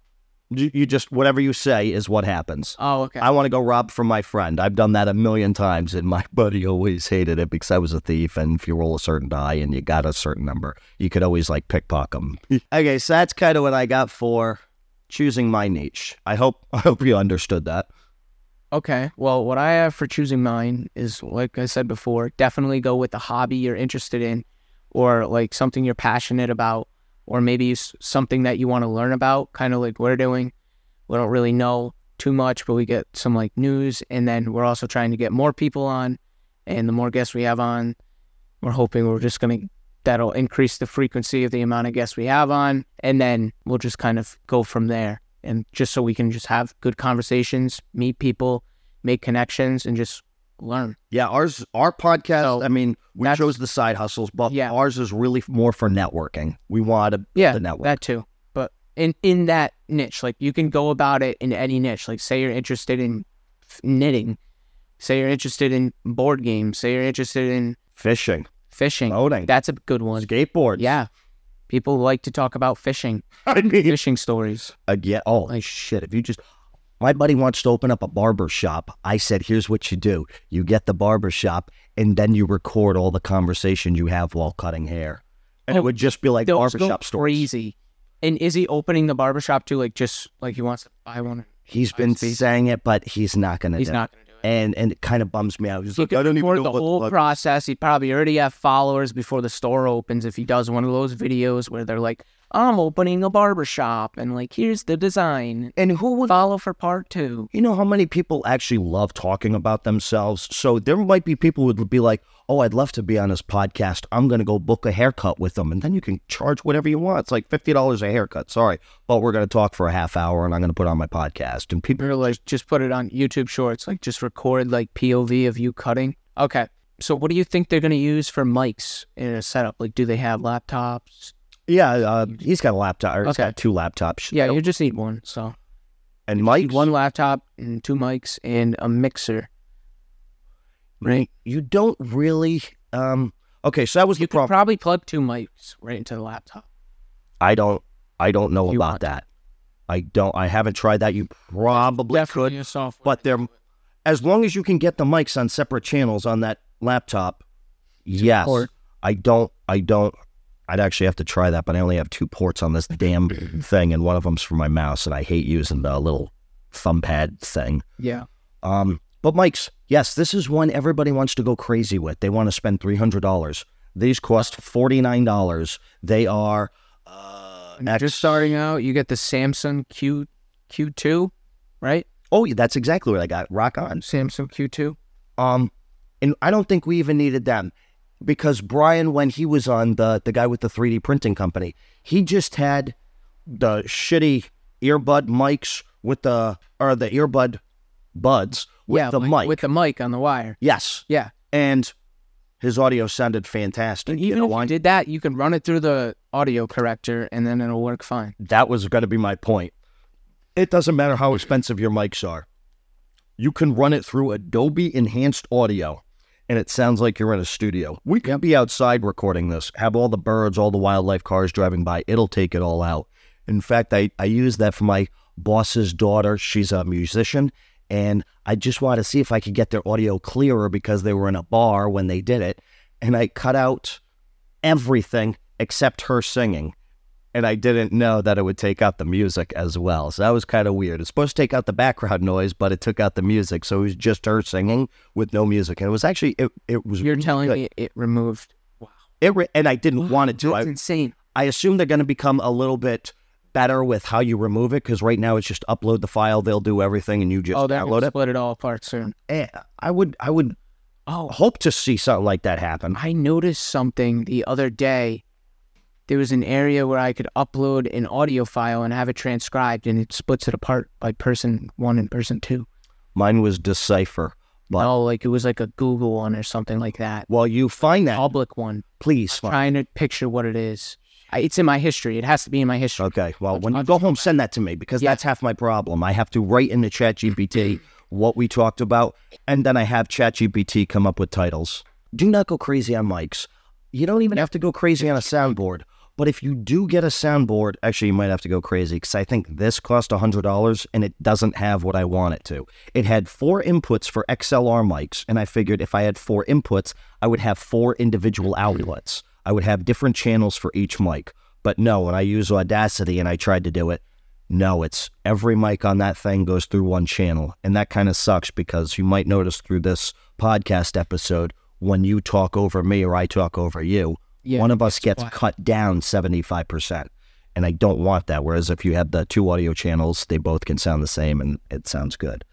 Speaker 1: You, you just whatever you say is what happens.
Speaker 2: oh, okay.
Speaker 1: I want to go rob from my friend. I've done that a million times, and my buddy always hated it because I was a thief. And if you roll a certain die and you got a certain number, you could always like pickpocket them. okay, so that's kind of what I got for choosing my niche. I hope I hope you understood that.
Speaker 2: Okay. Well, what I have for choosing mine is, like I said before, definitely go with a hobby you're interested in, or like something you're passionate about, or maybe s- something that you want to learn about, kind of like we're doing. We don't really know too much, but we get some like news, and then we're also trying to get more people on. And the more guests we have on, we're hoping we're just gonna that'll increase the frequency of the amount of guests we have on, and then we'll just kind of go from there. And just so we can just have good conversations, meet people, make connections, and just learn.
Speaker 1: Yeah, ours our podcast.
Speaker 2: So,
Speaker 1: I mean, we
Speaker 2: that's-
Speaker 1: chose the side hustles, but
Speaker 2: Yeah.
Speaker 1: ours is really more for networking. We want to
Speaker 2: Yeah,
Speaker 1: the network.
Speaker 2: that too. But in in that niche, like you can go about it in any niche. Like say you're interested in knitting, say you're interested in board games, say you're interested in
Speaker 1: fishing,
Speaker 2: fishing.
Speaker 1: boating,
Speaker 2: That's a good one.
Speaker 1: skateboards.
Speaker 2: Yeah, people like to talk about fishing,
Speaker 1: I mean,
Speaker 2: fishing stories.
Speaker 1: again. Oh
Speaker 2: Like-
Speaker 1: shit! If you just, my buddy wants to open up a barber shop. I said, here's what you do: you get the barber shop, and then you record all the conversation you have while cutting hair, and it
Speaker 2: Oh,
Speaker 1: would just be like
Speaker 2: They'll
Speaker 1: barber
Speaker 2: go
Speaker 1: shop stories.
Speaker 2: crazy. And is he opening the barbershop too? Like just like he wants to buy one.
Speaker 1: He's been saying it, but he's not gonna.
Speaker 2: He's
Speaker 1: do
Speaker 2: not going to do it.
Speaker 1: it. and and it kind of bums me out. He's
Speaker 2: He
Speaker 1: like,
Speaker 2: could
Speaker 1: I don't even know
Speaker 2: record the
Speaker 1: what
Speaker 2: whole
Speaker 1: fuck-
Speaker 2: process. He'd probably already have followers before the store opens if he does one of those videos where they're like, "I'm opening a barbershop and like here's the design.
Speaker 1: And who would
Speaker 2: Follow for part two.
Speaker 1: You know how many people actually love talking about themselves? So there might be people who would be like, oh, I'd love to be on his podcast. I'm going to go book a haircut with them. And then you can charge whatever you want. It's like $50 a haircut. Sorry. But we're going to talk for a half hour and I'm going to put on my podcast. And people,
Speaker 2: Or like just put it on YouTube Shorts. Like just record like POV of you cutting. Okay. So what do you think they're going to use for mics in a setup? Like do they have laptops?
Speaker 1: yeah, uh, he's got a laptop. Or He's
Speaker 2: Okay.
Speaker 1: got two laptops.
Speaker 2: Yeah, you just need one. So
Speaker 1: And Mike,
Speaker 2: Need one laptop and two mics and a mixer. Right.
Speaker 1: you don't really. Um, okay. So that was the
Speaker 2: You could
Speaker 1: problem.
Speaker 2: probably plug two mics right into the laptop.
Speaker 1: I don't, I don't know
Speaker 2: You
Speaker 1: about
Speaker 2: want-
Speaker 1: that. I don't, I haven't tried that. You probably could.
Speaker 2: Definitely a software.
Speaker 1: but there as long as you can get the mics on separate channels on that laptop, yes.
Speaker 2: port.
Speaker 1: I don't. I don't. I'd actually have to try that, but I only have two ports on this damn thing, and one of them's for my mouse, and I hate using the little thumb pad thing.
Speaker 2: Yeah.
Speaker 1: Um, but Mike's, yes, this is one everybody wants to go crazy with. They want to spend three hundred dollars. These cost forty nine dollars. They are uh,
Speaker 2: When you're Just starting out, you get the Samsung Q Q2, right?
Speaker 1: Oh, yeah, that's exactly what I got. Rock on.
Speaker 2: Samsung Q2.
Speaker 1: Um, and I don't think we even needed them because Brian, when he was on the the guy with the 3D printing company, he just had the shitty earbud mics with the or the earbud buds with
Speaker 2: yeah,
Speaker 1: the
Speaker 2: like,
Speaker 1: mic.
Speaker 2: with the mic on the wire.
Speaker 1: yes,
Speaker 2: Yeah.
Speaker 1: and his audio sounded fantastic. You
Speaker 2: Even
Speaker 1: know
Speaker 2: if
Speaker 1: why?
Speaker 2: you did that, you can run it through the audio corrector, and then it'll work fine.
Speaker 1: that was going to be my point. It doesn't matter how expensive your mics are. You can run it through Adobe Enhanced Audio and it sounds like you're in a studio. We could be outside recording this, have all the birds, all the wildlife cars driving by. It'll take it all out. In fact, I, I use that for my boss's daughter. She's a musician. And I just wanted to see if I could get their audio clearer because they were in a bar when they did it. And I cut out everything except her singing and I didn't know that it would take out the music as well. So that was kind of weird. It's supposed to take out the background noise, but it took out the music, so it was just her singing with no music. And it was actually it it was
Speaker 2: You're telling
Speaker 1: good.
Speaker 2: me it removed.
Speaker 1: it re- and I didn't want it to.
Speaker 2: That's
Speaker 1: I,
Speaker 2: insane.
Speaker 1: I assume they're going to become a little bit better with how you remove it because right now it's just upload the file, they'll do everything, and you just
Speaker 2: Oh, they're
Speaker 1: download
Speaker 2: gonna
Speaker 1: it.
Speaker 2: split it all apart soon.
Speaker 1: Eh, I would I would
Speaker 2: Oh,
Speaker 1: hope to see something like that happen.
Speaker 2: I noticed something the other day. There was an area where I could upload an audio file and have it transcribed, and it splits it apart by person one and person two.
Speaker 1: Mine was decipher, but
Speaker 2: Oh, like it was like a Google one or something like that,
Speaker 1: while you find that,
Speaker 2: public one.
Speaker 1: please. find-
Speaker 2: Trying to picture what it is. I, it's in my history. It has to be in my history.
Speaker 1: Okay. Well, when you go home, send that to me because
Speaker 2: Yeah.
Speaker 1: that's half my problem. I have to write in the chat GPT what we talked about, and then I have chat GPT come up with titles. Do not go crazy on mics. You don't even have to go crazy on a soundboard. But if you do get a soundboard, actually, you might have to go crazy because I think this cost $100 and it doesn't have what I want it to. It had four inputs for XLR mics, and I figured if I had four inputs, I would have four individual outlets. I would have different channels for each mic. But no, when I use Audacity and I tried to do it, no, it's every mic on that thing goes through one channel. And that kind of sucks because you might notice through this podcast episode, when you talk over me or I talk over you,
Speaker 2: Yeah,
Speaker 1: one of us gets cut down 75%. And I don't want that. Whereas if you have the two audio channels, they both can sound the same and it sounds good.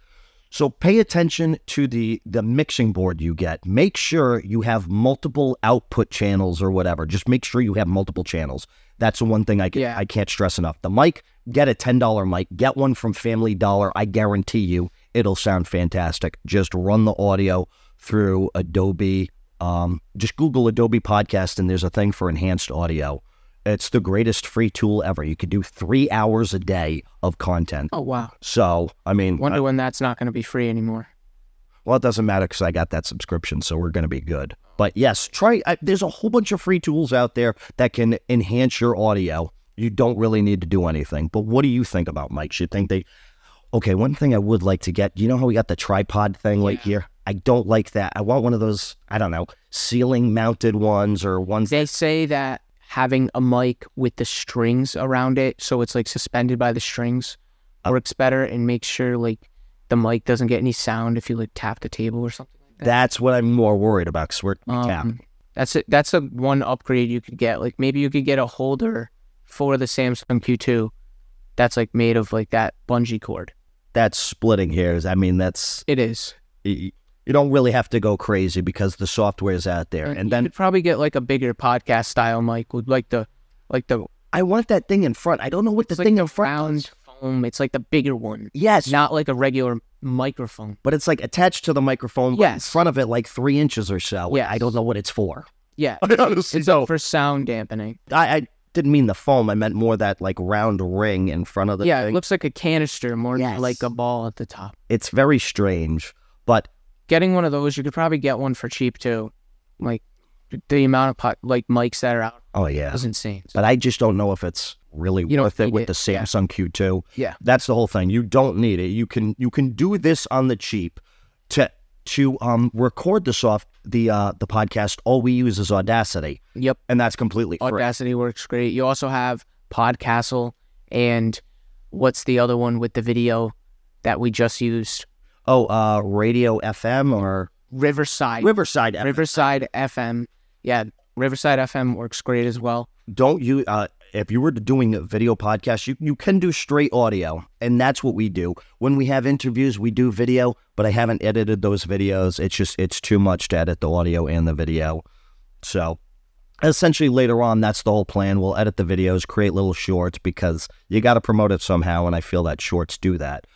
Speaker 1: So pay attention to the the mixing board you get. Make sure you have multiple output channels or whatever. Just make sure you have multiple channels. That's the one thing I can,
Speaker 2: Yeah.
Speaker 1: I can't stress enough. The mic, get a ten dollar mic. Get one from Family Dollar. I guarantee you, it'll sound fantastic. Just run the audio through Adobe. Um, just Google Adobe Podcast, and there's a thing for enhanced audio. It's the greatest free tool ever. You could do three hours a day of content.
Speaker 2: Oh wow.
Speaker 1: So, I mean,
Speaker 2: Wonder when that's not going to be free anymore.
Speaker 1: well, it doesn't matter because I got that subscription, so we're going to be good. But yes, try. I, there's a whole bunch of free tools out there that can enhance your audio. You don't really need to do anything. But what do you think about mics? You think they? Okay, one thing I would like to get. You know how we got the tripod thing right here? I don't like that. I want one of those. I don't know, ceiling mounted ones or ones.
Speaker 2: They say that having a mic with the strings around it, so it's like suspended by the strings,
Speaker 1: Oh.
Speaker 2: works better and makes sure like the mic doesn't get any sound if you like tap the table or something.
Speaker 1: That's what I'm more worried about because we're yeah.
Speaker 2: Um, That's it. That's a one upgrade you could get. Like maybe you could get a holder for the Samsung Q2 that's like made of like that bungee cord.
Speaker 1: That's splitting hairs. I mean, that's
Speaker 2: It is.
Speaker 1: you you don't really have to go crazy because the software's out there. And then
Speaker 2: you could probably get like a bigger podcast style mic with like the like the
Speaker 1: I want that thing in front. I don't know what the
Speaker 2: like
Speaker 1: thing in front
Speaker 2: round
Speaker 1: is.
Speaker 2: foam. It's like the bigger one.
Speaker 1: Yes,
Speaker 2: not like a regular microphone.
Speaker 1: but it's like attached to the microphone. But in
Speaker 2: Yes.
Speaker 1: front of it, like three inches or so.
Speaker 2: Yes.
Speaker 1: I don't know what it's for.
Speaker 2: Yeah, it's
Speaker 1: so
Speaker 2: for sound dampening.
Speaker 1: I, I didn't mean the foam. I meant more that like round ring in front of the
Speaker 2: yeah,
Speaker 1: thing.
Speaker 2: it looks like a canister more than
Speaker 1: Yes.
Speaker 2: like a ball at the top.
Speaker 1: it's very strange. But
Speaker 2: Getting one of those, you could probably get one for cheap too. Like the amount of pot, like mics that are out
Speaker 1: oh yeah,
Speaker 2: is insane.
Speaker 1: but I just don't know if it's really
Speaker 2: You don't
Speaker 1: worth it
Speaker 2: need
Speaker 1: with
Speaker 2: it.
Speaker 1: the Samsung Q2.
Speaker 2: yeah,
Speaker 1: That's the whole thing. You don't need it. You can you can do this on the cheap to to um record this off the uh the podcast. All we use is Audacity,
Speaker 2: Yep.
Speaker 1: and that's completely free.
Speaker 2: Audacity works great. You also have Podcastle and what's the other one with the video that we just used?
Speaker 1: Oh, uh, Radio FM or
Speaker 2: Riverside.
Speaker 1: Riverside FM.
Speaker 2: Riverside FM. Yeah, Riverside FM works great as well.
Speaker 1: Don't you? Uh, if you were doing a video podcast, you you can do straight audio, and that's what we do. When we have interviews, we do video, but I haven't edited those videos. It's just it's too much to edit the audio and the video. So essentially, later on, that's the whole plan. We'll edit the videos, create little shorts because you got to promote it somehow, and I feel that shorts do that.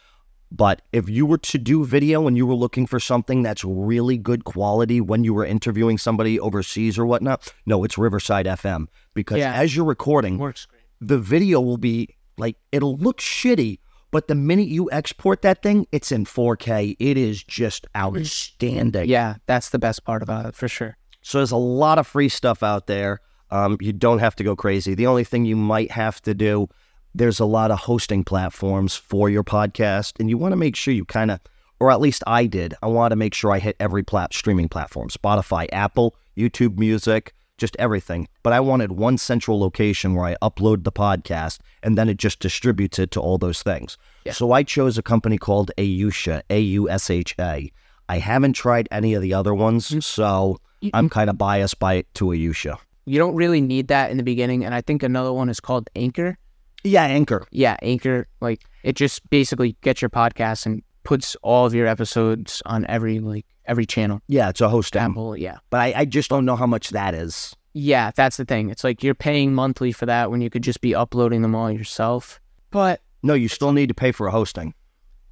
Speaker 1: But if you were to do video and you were looking for something that's really good quality when you were interviewing somebody overseas or whatnot, no, it's Riverside FM because
Speaker 2: Yeah.
Speaker 1: as you're recording,
Speaker 2: Works great.
Speaker 1: the video will be like it'll look shitty, but the minute you export that thing, it's in 4K. It is just outstanding.
Speaker 2: Yeah, that's the best part about it for sure.
Speaker 1: So there's a lot of free stuff out there. Um, you don't have to go crazy. The only thing you might have to do, there's a lot of hosting platforms for your podcast, and you want to make sure you kind of, or at least I did, I wanted to make sure I hit every plat- streaming platform Spotify, Apple, YouTube Music, just everything. But I wanted one central location where I upload the podcast and then it just distributes it to all those things. So I chose a company called Ausha, A U S H A. I haven't tried any of the other ones, so I'm kind of biased by it to Ayusha.
Speaker 2: You don't really need that in the beginning, and I think another one is called Anchor.
Speaker 1: Yeah, Anchor.
Speaker 2: Yeah, Anchor, like it just basically gets your podcast and puts all of your episodes on every like every channel.
Speaker 1: Yeah, it's a host app,
Speaker 2: Apple, yeah.
Speaker 1: but I, I just don't know how much that is.
Speaker 2: Yeah, that's the thing. It's like you're paying monthly for that when you could just be uploading them all yourself. But
Speaker 1: No, you still need to pay for a hosting.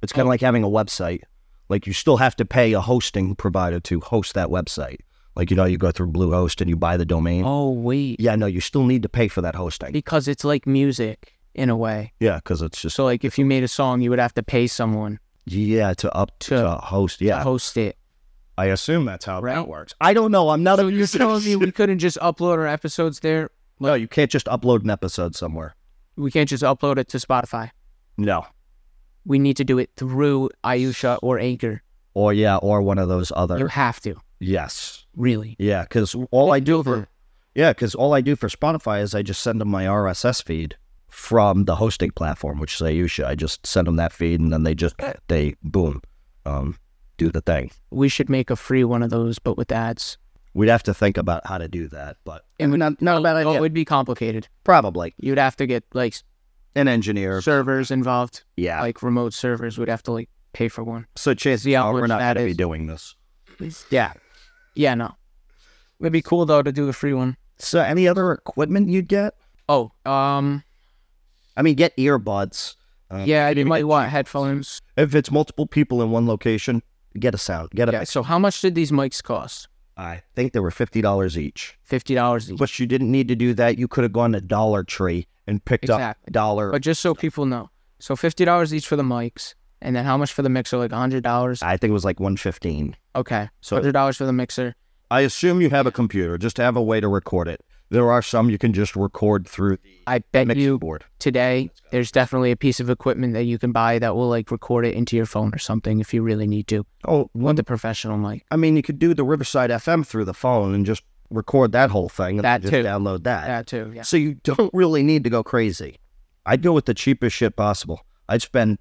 Speaker 1: It's
Speaker 2: Oh.
Speaker 1: kind of like having a website. Like you still have to pay a hosting provider to host that website. Like you know, you go through Bluehost and you buy the domain.
Speaker 2: oh wait,
Speaker 1: Yeah, no, you still need to pay for that hosting.
Speaker 2: because it's like music in a way.
Speaker 1: Yeah, because it's just
Speaker 2: So like if you made a song, you would have to pay someone
Speaker 1: yeah to up to,
Speaker 2: To-
Speaker 1: host.
Speaker 2: to
Speaker 1: Yeah,
Speaker 2: host it.
Speaker 1: I assume that's how
Speaker 2: Right.
Speaker 1: that works. I don't know. I'm not a
Speaker 2: You're telling me we couldn't just upload our episodes there?
Speaker 1: no. You can't just upload an episode somewhere.
Speaker 2: We can't just upload it to Spotify.
Speaker 1: No,
Speaker 2: We need to do it through Ayusha or Anchor.
Speaker 1: or yeah, or one of those other.
Speaker 2: You have to,
Speaker 1: Yes.
Speaker 2: really.
Speaker 1: Yeah, because all I do
Speaker 2: Over.
Speaker 1: for yeah, because all I do for Spotify is I just send them my RSS feed from the hosting platform, which is Ayusha. I just send them that feed, and then they just they boom, um, do the thing.
Speaker 2: We should make a free one of those, but with ads.
Speaker 1: We'd have to think about how to do that, but
Speaker 2: It would,
Speaker 1: not not a bad
Speaker 2: oh, it would be complicated.
Speaker 1: Probably
Speaker 2: You'd have to get like
Speaker 1: an engineer.
Speaker 2: servers involved,
Speaker 1: yeah.
Speaker 2: like remote servers. We'd have to like pay for one.
Speaker 1: so Chase,
Speaker 2: see how
Speaker 1: yeah, we're
Speaker 2: much
Speaker 1: not
Speaker 2: that
Speaker 1: going to be
Speaker 2: is.
Speaker 1: doing this.
Speaker 2: Yeah, yeah, no. It'd be cool though to do a free one.
Speaker 1: So, any other equipment you'd get?
Speaker 2: Oh, um,
Speaker 1: I mean, get earbuds. Um,
Speaker 2: yeah, you might want headphones.
Speaker 1: If it's multiple people in one location, get a sound. Get a.
Speaker 2: Yeah. So how much did these mics cost?
Speaker 1: I think they were fifty dollars each.
Speaker 2: Fifty dollars each.
Speaker 1: But you didn't need to do that. You could have gone to Dollar Tree and picked
Speaker 2: Exactly.
Speaker 1: up dollar.
Speaker 2: But just so people know, so fifty dollars each for the mics, and then how much for the mixer? Like hundred dollars.
Speaker 1: I think it was like one fifteen.
Speaker 2: Okay,
Speaker 1: So-
Speaker 2: so hundred dollars for the mixer.
Speaker 1: I assume you have a computer. Just have a way to record it. There are some you can just record through
Speaker 2: I bet
Speaker 1: mixing
Speaker 2: you
Speaker 1: board.
Speaker 2: today there's definitely a piece of equipment that you can buy that will like record it into your phone or something if you really need to
Speaker 1: Oh,
Speaker 2: with the professional mic.
Speaker 1: I mean, you could do the Riverside FM through the phone and just record that whole thing and
Speaker 2: That
Speaker 1: just
Speaker 2: too.
Speaker 1: download that.
Speaker 2: That too. Yeah.
Speaker 1: So you don't really need to go crazy. I'd go with the cheapest shit possible. I'd spend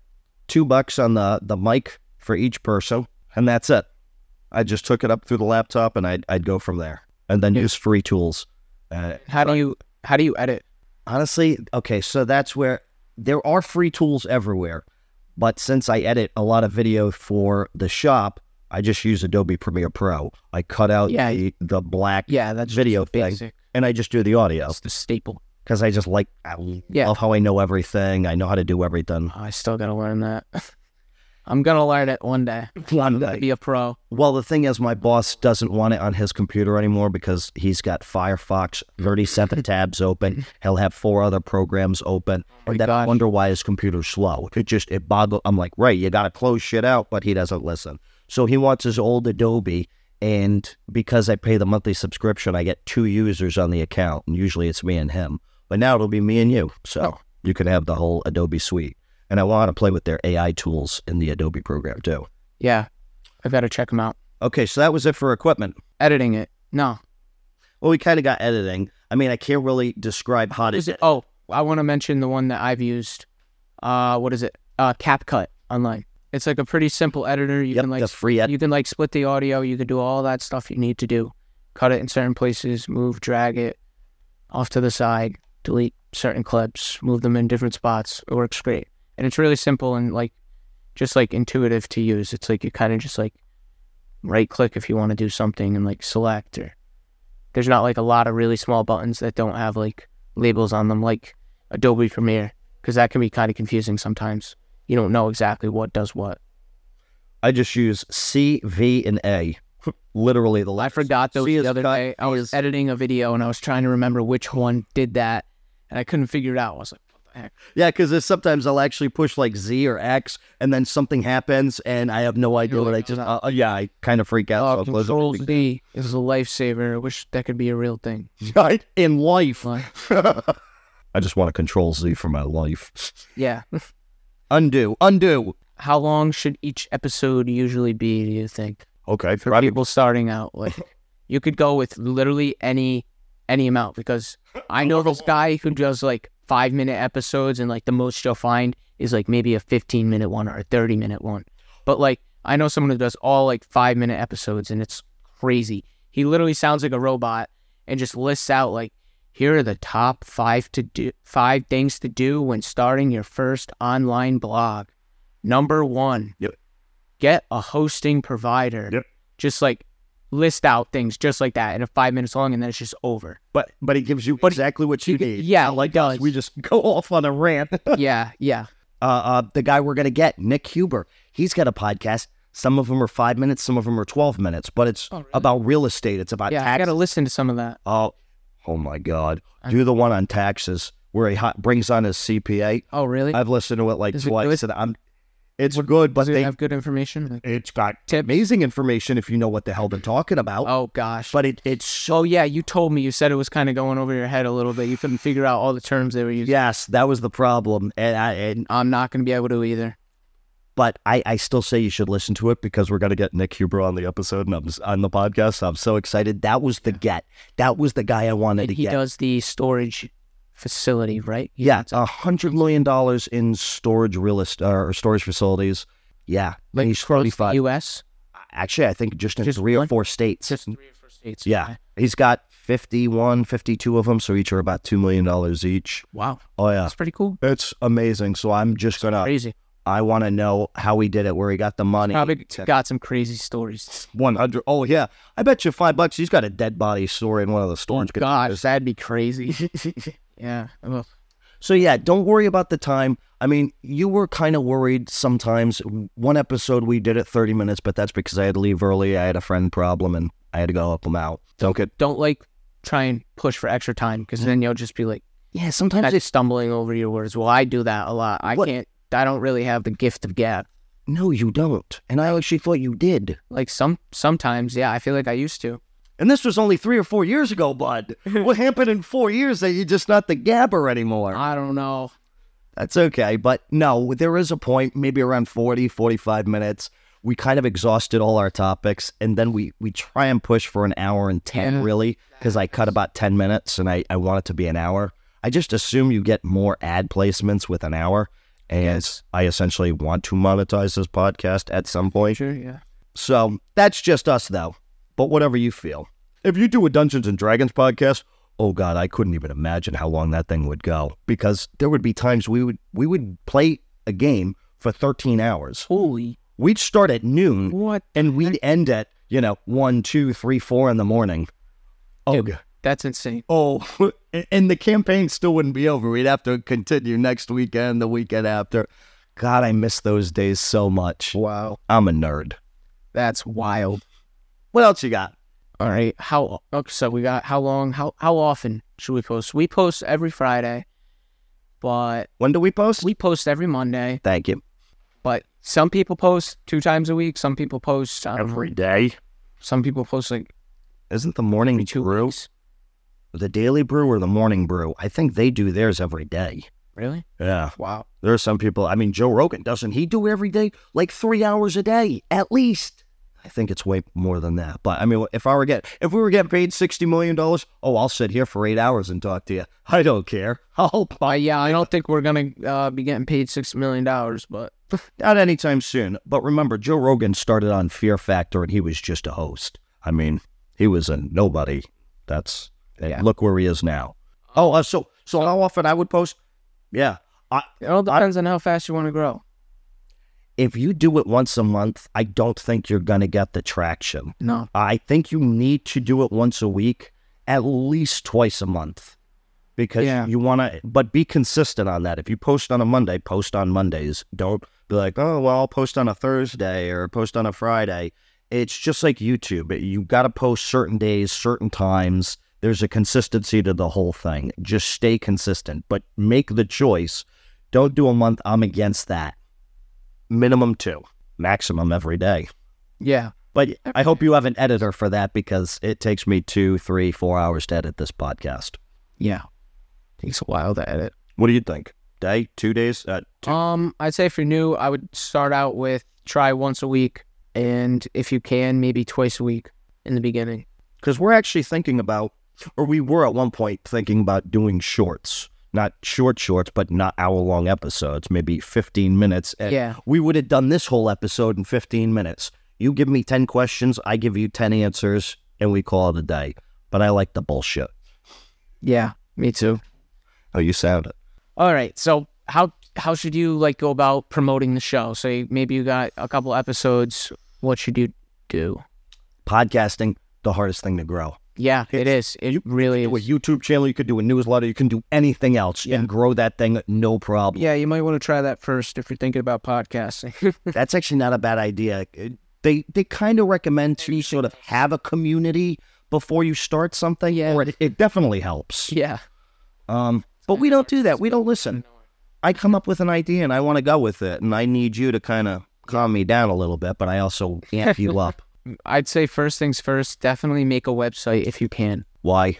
Speaker 1: two bucks on the the mic for each person, and that's it. I just took it up through the laptop, and I'd I'd go from there, and then
Speaker 2: Yeah.
Speaker 1: use free tools. Uh,
Speaker 2: How do you how do you edit?
Speaker 1: honestly, okay, so that's where there are free tools everywhere, but since I edit a lot of video for the shop, I just use Adobe Premiere Pro. I cut out
Speaker 2: Yeah.
Speaker 1: the, the black
Speaker 2: Yeah, that's
Speaker 1: video thing,
Speaker 2: basic.
Speaker 1: and I just do the audio
Speaker 2: That's the staple.
Speaker 1: because I just like I
Speaker 2: Yeah.
Speaker 1: love how I know everything. I know how to do everything.
Speaker 2: I still gotta learn that. I'm gonna learn it one day. Gotta be a pro.
Speaker 1: Well, the thing is, my boss doesn't want it on his computer anymore because he's got Firefox 37 tabs open. He'll have four other programs open, and then I
Speaker 2: gosh.
Speaker 1: wonder why his computer's slow. It just it boggles. I'm like, right, you gotta close shit out, but he doesn't listen. So he wants his old Adobe, and because I pay the monthly subscription, I get two users on the account, and usually it's me and him. But now it'll be me and you, so you can have the whole Adobe suite. And I want to play with their AI tools in the Adobe program too.
Speaker 2: Yeah. I got to check them out.
Speaker 1: Okay, so that was it for equipment.
Speaker 2: Editing it. No.
Speaker 1: Well, we kind of got editing. I mean, I can't really describe how to.
Speaker 2: Is it? Oh, I want to mention the one that I've used. Uh, what is it? Uh, CapCut online. It's like a pretty simple editor. You
Speaker 1: Yep,
Speaker 2: can like
Speaker 1: the free ed-
Speaker 2: you can like split the audio. You can do all that stuff you need to do. Cut it in certain places. Move, drag it off to the side. Delete certain clips. Move them in different spots. It works great, and it's really simple and like just like intuitive to use. It's like you kind of just like right click if you want to do something and like select or there's not like a lot of really small buttons that don't have like labels on them like Adobe Premiere because that can be kind of confusing sometimes. You don't know exactly what does what.
Speaker 1: I just use C, V, and A. Literally the
Speaker 2: I
Speaker 1: last.
Speaker 2: forgot those
Speaker 1: C is
Speaker 2: the other
Speaker 1: cut,
Speaker 2: day. I
Speaker 1: A
Speaker 2: was
Speaker 1: is-
Speaker 2: editing a video and I was trying to remember which one did that and I couldn't figure it out. I was like, what the heck?
Speaker 1: Yeah, because sometimes I'll actually push like Z or X, and then something happens, and I have no idea
Speaker 2: You're
Speaker 1: what I
Speaker 2: like,
Speaker 1: just.
Speaker 2: "Oh,
Speaker 1: Uh, uh, yeah, I kind of freak out. so
Speaker 2: Oh,
Speaker 1: I'll close
Speaker 2: Control
Speaker 1: everything.
Speaker 2: D is a lifesaver. I wish that could be a real thing.
Speaker 1: Right? in life.
Speaker 2: Like,
Speaker 1: I just want to control Z for my life.
Speaker 2: yeah.
Speaker 1: Undo, undo.
Speaker 2: How long should each episode usually be, do you think?
Speaker 1: Okay,
Speaker 2: for people starting out. Like you could go with literally any any amount because I know this guy who does like five minute episodes and like the most you'll find is like maybe a fifteen minute one or a thirty minute one. But like I know someone who does all like five minute episodes and it's crazy. He literally sounds like a robot and just lists out like here are the top five to do five things to do when starting your first online blog. Number one,
Speaker 1: Yep.
Speaker 2: get a hosting provider.
Speaker 1: Yep.
Speaker 2: Just like list out things just like that, and it's five minutes long, and then it's just over.
Speaker 1: But but it gives you exactly what you need.
Speaker 2: yeah,
Speaker 1: Not
Speaker 2: it
Speaker 1: like us,
Speaker 2: does.
Speaker 1: we just go off on a rant. uh,
Speaker 2: yeah, yeah.
Speaker 1: uh, the guy we're gonna get, Nick Huber, he's got a podcast. Some of them are five minutes, some of them are twelve minutes, but it's
Speaker 2: Oh, really?
Speaker 1: about real estate. It's about
Speaker 2: Yeah, I
Speaker 1: taxes.
Speaker 2: gotta listen to some of that.
Speaker 1: Oh, oh my God!
Speaker 2: I-
Speaker 1: Do the one on taxes where he hi- brings on his CPA.
Speaker 2: Oh, really?
Speaker 1: I've listened to it like
Speaker 2: Is it
Speaker 1: twice, and I'm. It's good, Uh, but
Speaker 2: Does it
Speaker 1: they
Speaker 2: have good information? Like,
Speaker 1: it's got
Speaker 2: Tips?
Speaker 1: amazing information if you know what the hell they're talking about.
Speaker 2: Oh gosh.
Speaker 1: But it, it's
Speaker 2: Oh yeah, you told me. You said it was kind of going over your head a little bit. You couldn't figure out all the terms they were using.
Speaker 1: yes, that was the problem, and I and
Speaker 2: I'm not gonna be able to either.
Speaker 1: but I, I still say you should listen to it because we're gonna get Nick Huber on the episode and I'm, s- on the podcast. I'm so excited. That was the get. That was the guy I wanted
Speaker 2: And
Speaker 1: to
Speaker 2: he
Speaker 1: get.
Speaker 2: does the storage facility, right? He
Speaker 1: Yeah,
Speaker 2: owns it.
Speaker 1: a hundred million dollars in storage real estate or storage facilities. Yeah,
Speaker 2: Like
Speaker 1: he's
Speaker 2: across the
Speaker 1: 35.
Speaker 2: U.S.
Speaker 1: Actually, I think just in
Speaker 2: Just
Speaker 1: three or
Speaker 2: one?
Speaker 1: four states.
Speaker 2: Just three or four states.
Speaker 1: yeah,
Speaker 2: okay.
Speaker 1: he's got 51, 52 of them, so each are about two million dollars each.
Speaker 2: Wow,
Speaker 1: Oh yeah,
Speaker 2: that's pretty cool.
Speaker 1: it's amazing. So I'm just gonna.
Speaker 2: Crazy.
Speaker 1: I want to know how he did it, where he got the money.
Speaker 2: Probably got some crazy stories.
Speaker 1: one hundred. Oh yeah, I bet you five bucks. He's got a dead body story in one of the storage. containers.
Speaker 2: Gosh, that'd be crazy. yeah. Well,
Speaker 1: So yeah, don't worry about the time. I mean, you were kind of worried sometimes. One episode we did it 30 minutes, but that's because I had to leave early. I had a friend problem and I had to go help him out. Don't get
Speaker 2: Don't like try and push for extra time because then you'll just be like
Speaker 1: yeah. Sometimes
Speaker 2: kind
Speaker 1: it's
Speaker 2: of stumbling over your words. Well, I do that a lot. I
Speaker 1: What-
Speaker 2: can't. I don't really have the gift of gab.
Speaker 1: no, you don't. And I actually thought you did.
Speaker 2: Like some sometimes, yeah, I feel like I used to.
Speaker 1: And this was only three or four years ago, bud. what happened in four years that you're just not the gabber anymore?
Speaker 2: I don't know.
Speaker 1: That's okay. But no, there is a point, maybe around 40, 45 minutes. We kind of exhausted all our topics and then we, we try and push for an hour and 10,
Speaker 2: Yeah.
Speaker 1: really, because I cut about 10 minutes and I, I want it to be an hour. I just assume you get more ad placements with an hour. And
Speaker 2: Yes.
Speaker 1: I essentially want to monetize this podcast at some point.
Speaker 2: Sure, yeah.
Speaker 1: So that's just us, though. But whatever you feel. If you do a Dungeons and Dragons podcast, oh god, I couldn't even imagine how long that thing would go because there would be times we would we would play a game for 13 hours.
Speaker 2: Holy
Speaker 1: We'd start at noon
Speaker 2: what?
Speaker 1: and we'd end at you know one, two, three, four in the morning. Oh,
Speaker 2: Dude.
Speaker 1: god.
Speaker 2: That's insane.
Speaker 1: oh, and the campaign still wouldn't be over. We'd have to continue next weekend, the weekend after. God, I miss those days so much.
Speaker 2: Wow.
Speaker 1: I'm a nerd.
Speaker 2: That's wild.
Speaker 1: What else you got?
Speaker 2: All right. How okay, so we got how long how how often should we post? We post every Friday, but
Speaker 1: When do we post?
Speaker 2: we post every Monday.
Speaker 1: Thank you.
Speaker 2: But some people post two times a week. Some people post I don't know,
Speaker 1: day.
Speaker 2: Some people post like
Speaker 1: um, Isn't the morning
Speaker 2: every two
Speaker 1: brew
Speaker 2: weeks.
Speaker 1: the daily brew or the morning brew? I think they do theirs every day.
Speaker 2: Really?
Speaker 1: Yeah.
Speaker 2: Wow.
Speaker 1: There are some people I mean Joe Rogan, doesn't he do every day? Like three hours a day, at least. I think it's way more than that. But I mean, if I were get if we were getting paid sixty million dollars, oh, I'll sit here for eight hours and talk to you. I don't care. I'll
Speaker 2: But yeah, I don't think we're gonna uh, be getting paid six million dollars. But
Speaker 1: not anytime soon. But remember, Joe Rogan started on Fear Factor, and he was just a host. I mean, he was a nobody. That's and
Speaker 2: Yeah.
Speaker 1: look where he is now. Oh, uh, so so how often I would post? Yeah, I,
Speaker 2: it all depends on how fast you want to grow.
Speaker 1: if you do it once a month, I don't think you're gonna get the traction.
Speaker 2: No,
Speaker 1: I think you need to do it once a week, at least twice a month, because
Speaker 2: Yeah.
Speaker 1: you want to. But be consistent on that. If you post on a Monday, post on Mondays. Don't be like, oh well, I'll post on a Thursday or post on a Friday. It's just like YouTube. You got to post certain days, certain times. There's a consistency to the whole thing. Just stay consistent, but make the choice. Don't do a month. I'm against that. Minimum two, maximum every day.
Speaker 2: yeah,
Speaker 1: But I hope you have an editor for that because it takes me two, three, four hours to edit this podcast.
Speaker 2: yeah. Takes a while to edit.
Speaker 1: What do you think? Day, two days? Uh, two.
Speaker 2: Um, I'd say if you're new, I would start out with try once a week, and if you can, maybe twice a week in the beginning.
Speaker 1: Because we're actually thinking about, or we were at one point thinking about doing shorts, not short shorts, but not hour long episodes, maybe 15 minutes. And
Speaker 2: Yeah.
Speaker 1: We would have done this whole episode in 15 minutes. You give me 10 questions, I give you 10 answers, and we call it a day. But I like the bullshit.
Speaker 2: Yeah, me too.
Speaker 1: Oh, you sound it.
Speaker 2: All right. So how how should you like go about promoting the show? So you- maybe you got a couple episodes. What should you do?
Speaker 1: Podcasting, the hardest thing to grow.
Speaker 2: Yeah, it is. It really
Speaker 1: do a
Speaker 2: is.
Speaker 1: YouTube channel, you could do a newsletter, you can do anything else
Speaker 2: Yeah.
Speaker 1: and grow that thing no problem.
Speaker 2: Yeah, you might want to try that first if you're thinking about podcasting.
Speaker 1: That's actually not a bad idea. It- They they kind of recommend to sort of have a community before you start something. Yeah, or it, it definitely helps.
Speaker 2: yeah.
Speaker 1: Um, but we don't do that. We don't listen. I come up with an idea and I want to go with it, and I need you to kind of calm me down a little bit, but I also amp you up.
Speaker 2: I'd say first things first, definitely make a website if you can.
Speaker 1: Why?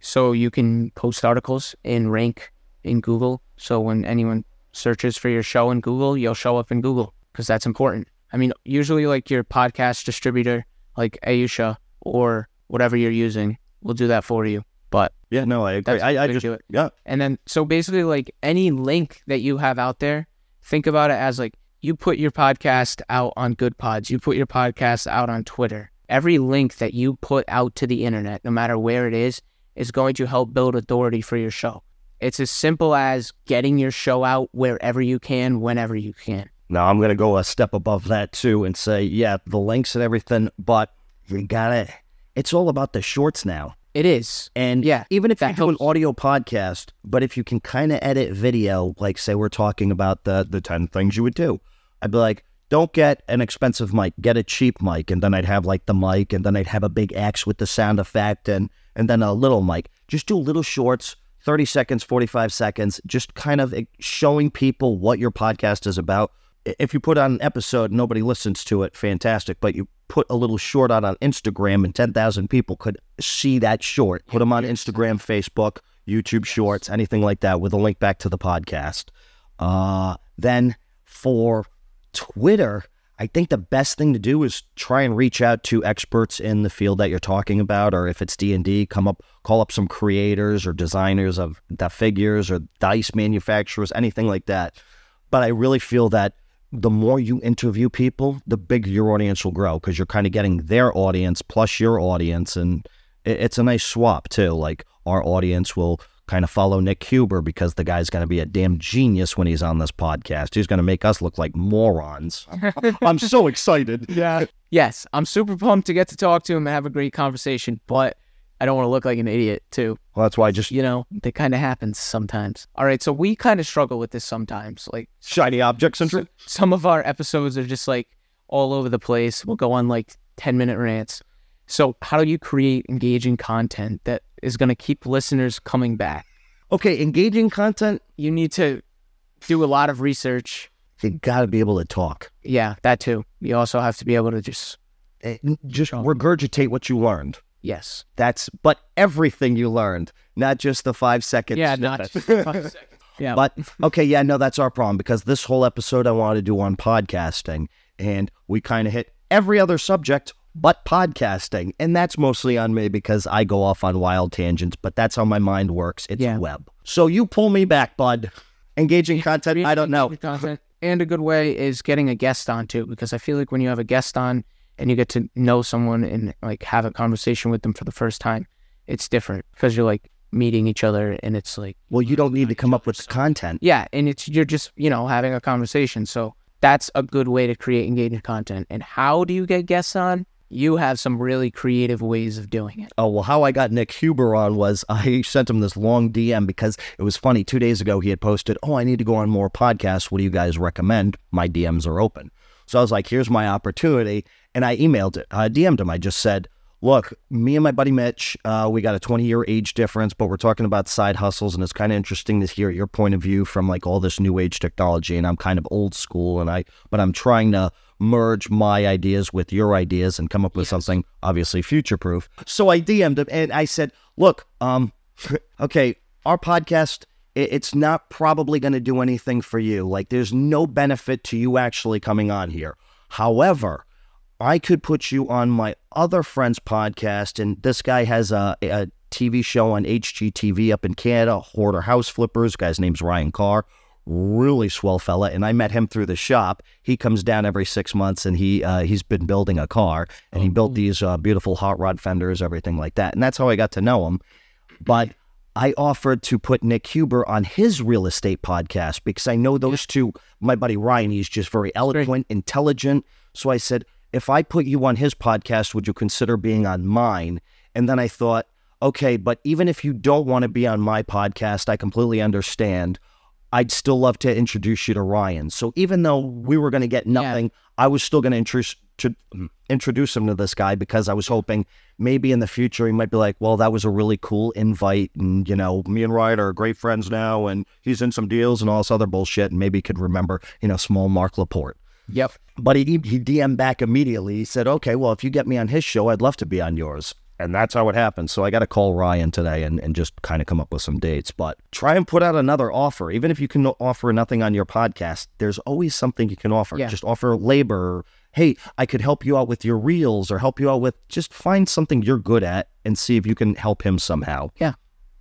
Speaker 2: So you can post articles and rank in Google. So when anyone searches for your show in Google, you'll show up in Google because that's important. I mean, usually like your podcast distributor, like Ayusha or whatever you're using, will do that for you. But
Speaker 1: Yeah, no, I agree.
Speaker 2: That's
Speaker 1: I, I
Speaker 2: the way to
Speaker 1: just
Speaker 2: do it.
Speaker 1: yeah.
Speaker 2: and then so basically like any link that you have out there, think about it as like you put your podcast out on Good Pods, you put your podcast out on Twitter. Every link that you put out to the internet, no matter where it is, is going to help build authority for your show. It's as simple as getting your show out wherever you can, whenever you can.
Speaker 1: Now I'm gonna go a step above that too and say, yeah, the links and everything, but you gotta. It's all about the shorts now,
Speaker 2: It is.
Speaker 1: and
Speaker 2: Yeah,
Speaker 1: even if you
Speaker 2: that
Speaker 1: do an
Speaker 2: helps.
Speaker 1: audio podcast, but if you can kind of edit video, like say we're talking about the the ten things you would do, I'd be like, don't get an expensive mic, get a cheap mic, and then I'd have like the mic, and then I'd have a big X with the sound effect, and and then a little mic. Just do little shorts. 30 seconds, 45 seconds, just kind of eh, showing people what your podcast is about if you put on an episode and nobody listens to it, fantastic. But you put a little short out on Instagram and 10,000 people could see that short. Put them on Instagram, Facebook, YouTube Shorts, anything like that with a link back to the podcast. Uh, then for Twitter, I think the best thing to do is try and reach out to experts in the field that you're talking about, or if it's D and D, come up, call up some creators or designers of the figures or dice manufacturers, anything like that. But I really feel that the more you interview people, the bigger your audience will grow because you're kind of getting their audience plus your audience, and it- it's a nice swap too. Like our audience will kind of follow Nick Huber because the guy's going to be a damn genius when he's on this podcast. He's going to make us look like morons. I'm so excited.
Speaker 2: Yeah. Yes, I'm super pumped to get to talk to him and have a great conversation, but I don't want to look like an idiot too.
Speaker 1: Well, that's why I just
Speaker 2: you know, that kind of happens sometimes. All right, so we kind of struggle with this sometimes. Like
Speaker 1: shiny object syndrome.
Speaker 2: some of our episodes are just like all over the place. We'll go on like 10 minute rants. So, how do you create engaging content that is going to keep listeners coming back?
Speaker 1: Okay, engaging content.
Speaker 2: You need to do a lot of research.
Speaker 1: You got to be able to talk.
Speaker 2: Yeah, that too. You also have to be able to just,
Speaker 1: Eh, Just regurgitate what you learned.
Speaker 2: yes.
Speaker 1: That's but everything you learned, not just the five seconds.
Speaker 2: Yeah, not just. Yeah.
Speaker 1: But okay, yeah, no, that's our problem because this whole episode I wanted to do on podcasting, and we kind of hit every other subject but podcasting. And that's mostly on me because I go off on wild tangents, but that's how my mind works. It's
Speaker 2: Yeah.
Speaker 1: web. So you pull me back, bud. Engaging content, I don't
Speaker 2: Oh.
Speaker 1: know.
Speaker 2: Content. And a good way is getting a guest on too, because I feel like when you have a guest on and you get to know someone and like have a conversation with them for the first time, it's different because you're like meeting each other and it's like,
Speaker 1: Well, you don't need to come up with the content.
Speaker 2: yeah, and it's you're just you know having a conversation. So that's a good way to create engaging content. And how do you get guests on? You have some really creative ways of doing it.
Speaker 1: Oh, well, how I got Nick Huber on was I sent him this long DM because it was funny. Two days ago, he had posted, Oh, I need to go on more podcasts. What do you guys recommend? My DMs are open. So I was like, Here's my opportunity. And I emailed it, I DM'd him. I just said, Look, me and my buddy Mitch, uh, we got a 20 year age difference, but we're talking about side hustles. And it's kind of interesting to hear your point of view from like all this new age technology. And I'm kind of old school, and I, but I'm trying to merge my ideas with your ideas and come up with something obviously future proof. So I DM'd him and I said, "Look, um, okay, our podcast i- it's not probably going to do anything for you. Like, there's no benefit to you actually coming on here. However." I could put you on my other friend's podcast, and this guy has a, a TV show on HGTV up in Canada, Hoarder House Flippers. Guy's name's Ryan Carr, really swell fella, and I met him through the shop. He comes down every six months, and he uh, he's been building a car, and he built these uh, beautiful hot rod fenders, everything like that, and that's how I got to know him. But I offered to put Nick Huber on his real estate podcast because I know those two. My buddy Ryan, he's just very eloquent, intelligent. So I said, if I put you on his podcast, would you consider being on mine? And then I thought, okay, but even if you don't want to be on my podcast, I completely understand. I'd still love to introduce you to Ryan. So even though we were going to get nothing, I was still going to introduce to mm, introduce him to this guy because I was hoping maybe in the future he might be like, "Well, that was a really cool invite, and you know, me and Ryan are great friends now, and he's in some deals and all this other bullshit, and maybe he could remember, you know, small Mark Laporte."
Speaker 2: Yep.
Speaker 1: But he he DM'd back immediately. He said, "Okay, well, if you get me on his show, I'd love to be on yours." And that's how it happened. So I got to call Ryan today and, and just kind of come up with some dates. But try and put out another offer, even if you can offer nothing on your podcast. There's always something you can offer.
Speaker 2: Yeah.
Speaker 1: Just offer labor. Hey, I could help you out with your reels or help you out with just find something you're good at and see if you can help him somehow.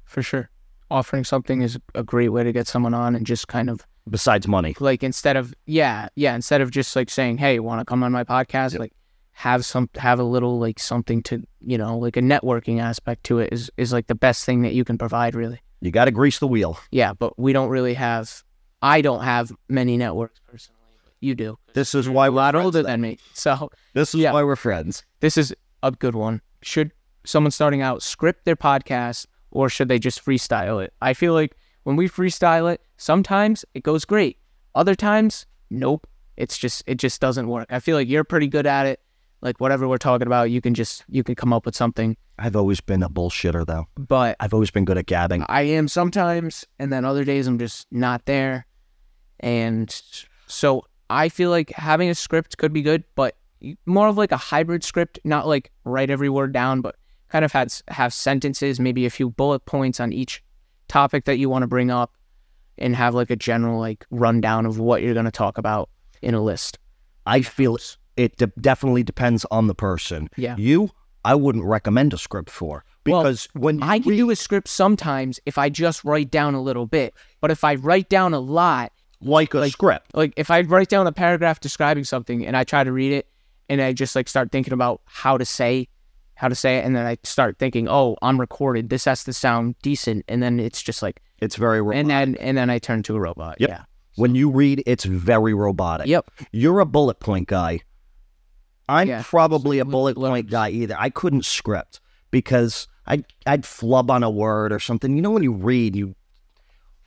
Speaker 2: For sure. Offering something is a great way to get someone on and just kind of
Speaker 1: Besides money,
Speaker 2: like instead of yeah yeah instead of just like saying hey want to come on my podcast like have some have a little like something to you know like a networking aspect to it is is like the best thing that you can provide really
Speaker 1: you got to grease the wheel.
Speaker 2: yeah but we don't really have i don't have many networks personally but you do
Speaker 1: This is why
Speaker 2: a
Speaker 1: we're
Speaker 2: lot
Speaker 1: friends
Speaker 2: older
Speaker 1: then.
Speaker 2: than me so
Speaker 1: This is
Speaker 2: Yeah.
Speaker 1: why we're friends.
Speaker 2: this is a good one should someone starting out script their podcast or should they just freestyle it i feel like when we freestyle it sometimes it goes great other times nope it's just it just doesn't work i feel like you're pretty good at it like whatever we're talking about you can just you can come up with something
Speaker 1: I've always been a bullshitter, though.
Speaker 2: but
Speaker 1: I've always been good at gabbing.
Speaker 2: i am sometimes and then other days i'm just not there and so i feel like having a script could be good but more of like a hybrid script not like write every word down but kind of has have sentences maybe a few bullet points on each topic that you want to bring up and have like a general like rundown of what you're going to talk about in a list
Speaker 1: I feel it de- definitely depends on the person.
Speaker 2: Yeah.
Speaker 1: You, I wouldn't recommend a script for
Speaker 2: Well,
Speaker 1: because when
Speaker 2: I can
Speaker 1: read-
Speaker 2: do a script sometimes if I just write down a little bit, but if I write down a lot,
Speaker 1: like a script,
Speaker 2: like if I write down a paragraph describing something and I try to read it and I just like start thinking about how to say how to say it and then I start thinking, oh, I'm recorded. This has to sound decent and then it's just like
Speaker 1: it's very robotic.
Speaker 2: and then and then I turn to a robot.
Speaker 1: Yep.
Speaker 2: Yeah.
Speaker 1: when you read, it's very robotic.
Speaker 2: Yep.
Speaker 1: You're a bullet point guy. I'm
Speaker 2: Yeah.
Speaker 1: probably a
Speaker 2: Bullet
Speaker 1: bullet point guy either. I couldn't script because I'd I'd flub on a word or something. You know when you read, you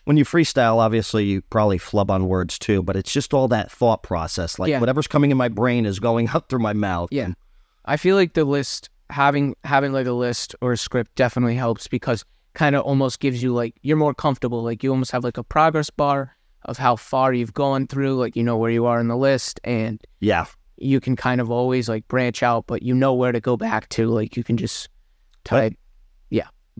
Speaker 1: when you freestyle, obviously you probably flub on words too, but it's just all that thought process. Like
Speaker 2: Yeah.
Speaker 1: whatever's coming in my brain is going up through my mouth.
Speaker 2: Yeah.
Speaker 1: and
Speaker 2: I feel like the list having having like a list or a script definitely helps because kind of almost gives you like you're more comfortable. Like you almost have like a progress bar of how far you've gone through, like you know where you are in the list and
Speaker 1: yeah.
Speaker 2: you can kind of always like branch out, but you know where to go back to. Like you can just type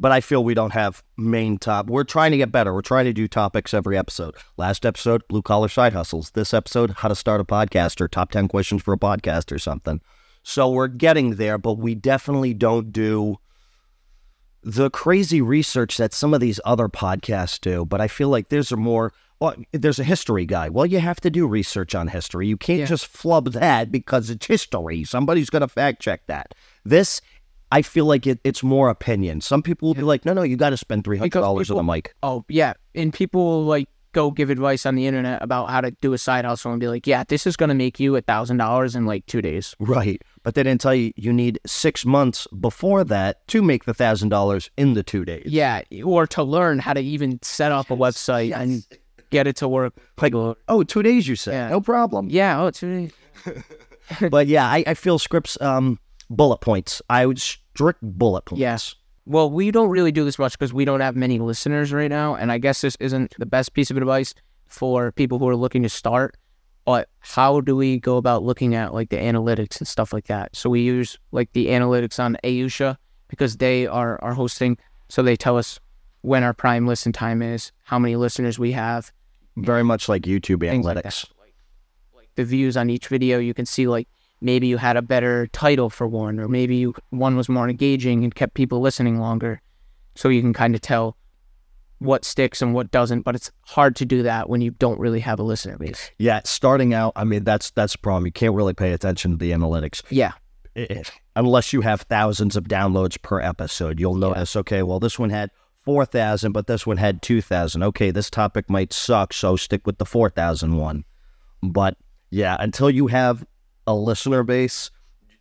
Speaker 1: but I feel we don't have main top. We're trying to get better. We're trying to do topics every episode. Last episode, blue collar side hustles. This episode, how to start a podcast or top 10 questions for a podcast or something. So we're getting there, but we definitely don't do the crazy research that some of these other podcasts do. But I feel like there's a more, well, there's a history guy. Well, you have to do research on history. You can't
Speaker 2: Yeah.
Speaker 1: just flub that because it's history. Somebody's going to fact check that. This, I feel like it, it's more opinion. Some people will be like, no, no, you got to spend $300
Speaker 2: people-
Speaker 1: on a mic.
Speaker 2: Oh yeah, and people like go give advice on the internet about how to do a side hustle and be like, yeah, this is gonna make you a thousand dollars in like two days.
Speaker 1: Right. But they didn't tell you you need six months before that to make the $1,000 in the two days.
Speaker 2: Yeah, or to learn how to even set up a website and get it to work. Like,
Speaker 1: Oh, two days, you said.
Speaker 2: Yeah.
Speaker 1: No problem.
Speaker 2: yeah, oh, two days.
Speaker 1: but yeah, I, I feel scripts, um, bullet points. I would strict bullet points.
Speaker 2: Yes. Well, we don't really do this much because we don't have many listeners right now, and I guess this isn't the best piece of advice for people who are looking to start. But how do we go about looking at like the analytics and stuff like that? So we use like the analytics on Ayusha because they are are hosting, so they tell us when our prime listen time is, how many listeners we have,
Speaker 1: Very much like YouTube
Speaker 2: things like
Speaker 1: analytics.
Speaker 2: that. Like, like the views on each video, you can see like maybe you had a better title for one, or maybe you, one was more engaging and kept people listening longer. So you can kind of tell what sticks and what doesn't. But it's hard to do that when you don't really have a listener base.
Speaker 1: yeah, starting out, I mean, that's that's the problem. You can't really pay attention to the analytics
Speaker 2: Yeah,
Speaker 1: It- it- unless you have thousands of downloads per episode. You'll notice, okay, well, this one had 4,000, but this one had 2,000. Okay, this topic might suck, so stick with the 4,000 one. But yeah, until you have a listener base,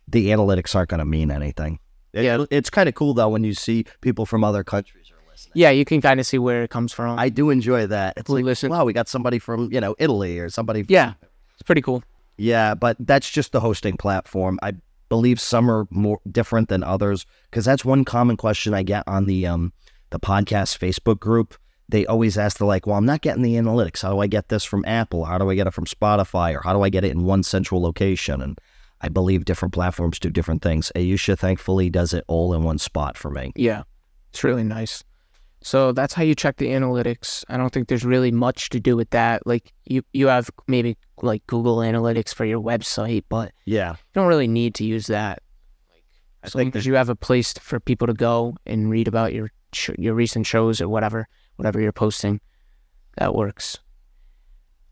Speaker 1: the analytics aren't going to mean anything. It-
Speaker 2: Yeah.
Speaker 1: It's kind of cool, though, when you see people from other countries are listening.
Speaker 2: yeah, you can kind of see where it comes from.
Speaker 1: I do enjoy that. It's
Speaker 2: We
Speaker 1: like,
Speaker 2: listen-
Speaker 1: wow, we got somebody from, you know, Italy or somebody.
Speaker 2: yeah, it's pretty cool.
Speaker 1: Yeah, but that's just the hosting platform. I believe some are more different than others because that's one common question I get on the um the podcast Facebook group. They always ask, they're like, well, I'm not getting the analytics. How do I get this from Apple? How do I get it from Spotify? Or how do I get it in one central location? And I believe different platforms do different things. Ayusha, thankfully, does it all in one spot for me.
Speaker 2: Yeah, it's really nice. So that's how you check the analytics. I don't think there's really much to do with that. Like you, you have maybe like Google Analytics for your website, but
Speaker 1: Yeah.
Speaker 2: you don't really need to use that. As
Speaker 1: think
Speaker 2: long as you have a place for people to go and read about your sh- your recent shows or whatever, whatever you're posting, that works.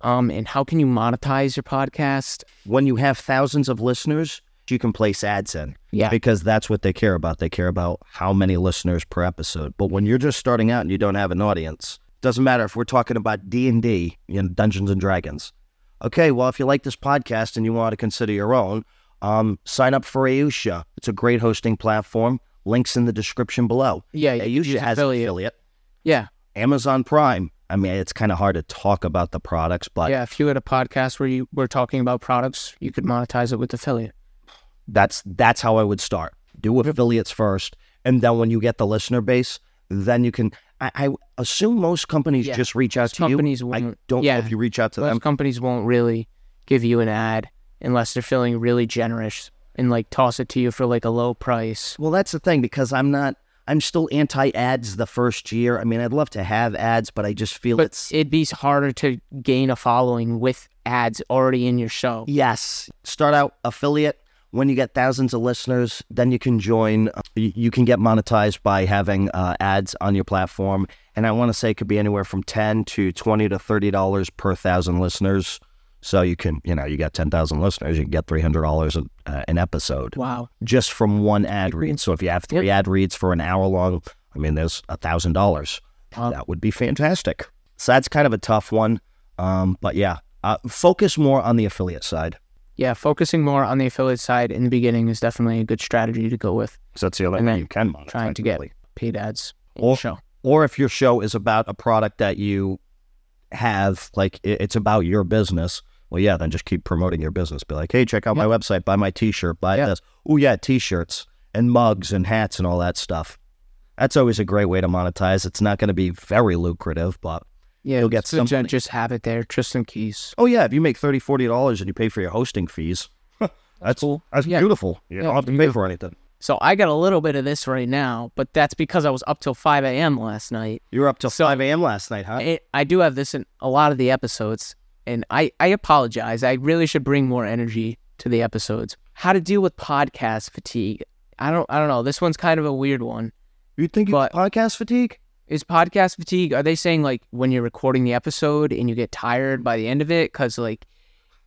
Speaker 2: Um, and how can you monetize your podcast?
Speaker 1: When you have thousands of listeners, you can place ads in.
Speaker 2: Yeah,
Speaker 1: because that's what they care about. They care about how many listeners per episode. But when you're just starting out and you don't have an audience, doesn't matter if we're talking about D and D, you know, Dungeons and Dragons. Okay, well, if you like this podcast and you want to consider your own, um, sign up for Ayusha. It's a great hosting platform. Links in the description below.
Speaker 2: yeah,
Speaker 1: Ayusha
Speaker 2: use
Speaker 1: has
Speaker 2: affiliate.
Speaker 1: an affiliate.
Speaker 2: Yeah,
Speaker 1: Amazon Prime. I mean, it's kind of hard to talk about the products, but
Speaker 2: yeah. If you had a podcast where you were talking about products, you could monetize it with affiliate.
Speaker 1: That's that's how I would start. Do affiliates first, and then when you get the listener base, then you can. I, I assume most companies
Speaker 2: Yeah.
Speaker 1: just reach out to
Speaker 2: companies
Speaker 1: you. I
Speaker 2: won't-
Speaker 1: don't know
Speaker 2: yeah.
Speaker 1: if you reach out to
Speaker 2: Most
Speaker 1: them.
Speaker 2: companies won't really give you an ad unless they're feeling really generous and like toss it to you for like a low price.
Speaker 1: Well, that's the thing because I'm not. I'm still anti ads the first year. I mean, I'd love to have ads, but I just feel
Speaker 2: But
Speaker 1: it's
Speaker 2: it'd be harder to gain a following with ads already in your show.
Speaker 1: yes. Start out affiliate. When you get thousands of listeners, then you can join. uh, You you can get monetized by having uh, ads on your platform, and I want to say it could be anywhere from ten to twenty to thirty dollars per thousand listeners. So you can, you know, you got ten thousand listeners, you can get three hundred dollars uh, an episode
Speaker 2: Wow.
Speaker 1: just from one ad read. So if you have three ad reads for an hour long, I mean, there's a thousand dollars.
Speaker 2: Wow.
Speaker 1: That would be fantastic. So that's kind of a tough one, um, but yeah, uh, focus more on the affiliate side.
Speaker 2: Yeah, focusing more on the affiliate side in the beginning is definitely a good strategy to go with
Speaker 1: So that's the only
Speaker 2: And
Speaker 1: way
Speaker 2: then
Speaker 1: you can monetize.
Speaker 2: trying to get
Speaker 1: really.
Speaker 2: paid ads in
Speaker 1: Or-
Speaker 2: your show.
Speaker 1: or if your show is about a product that you have, like i- it's about your business. Well, yeah, then just keep promoting your business. Be like, hey, check out my website, buy my T-shirt, buy
Speaker 2: Yeah.
Speaker 1: this. Oh yeah, T-shirts and mugs and hats and all that stuff. That's always a great way to monetize. It's not going to be very lucrative, but
Speaker 2: Yeah,
Speaker 1: you'll get
Speaker 2: so ju-
Speaker 1: something.
Speaker 2: just have it there, just in case.
Speaker 1: oh yeah, if you make $30, 40 dollars and you pay for your hosting fees, that's that's
Speaker 2: Yeah.
Speaker 1: beautiful. You
Speaker 2: Yeah,
Speaker 1: don't have to pay for anything.
Speaker 2: So I got a little bit of this right now, but that's because I was up till 5 a.m. last night.
Speaker 1: You were up till
Speaker 2: So- Eh
Speaker 1: 5 a.m. last night, huh?
Speaker 2: I, I do have this in a lot of the episodes, and I, I apologize. I really should bring more energy to the episodes. How to deal with podcast fatigue. I don't I don't know. This one's kind of a weird one.
Speaker 1: You think you
Speaker 2: But-
Speaker 1: podcast fatigue?
Speaker 2: Is podcast fatigue? Are they saying like when you're recording the episode and you get tired by the end of it because like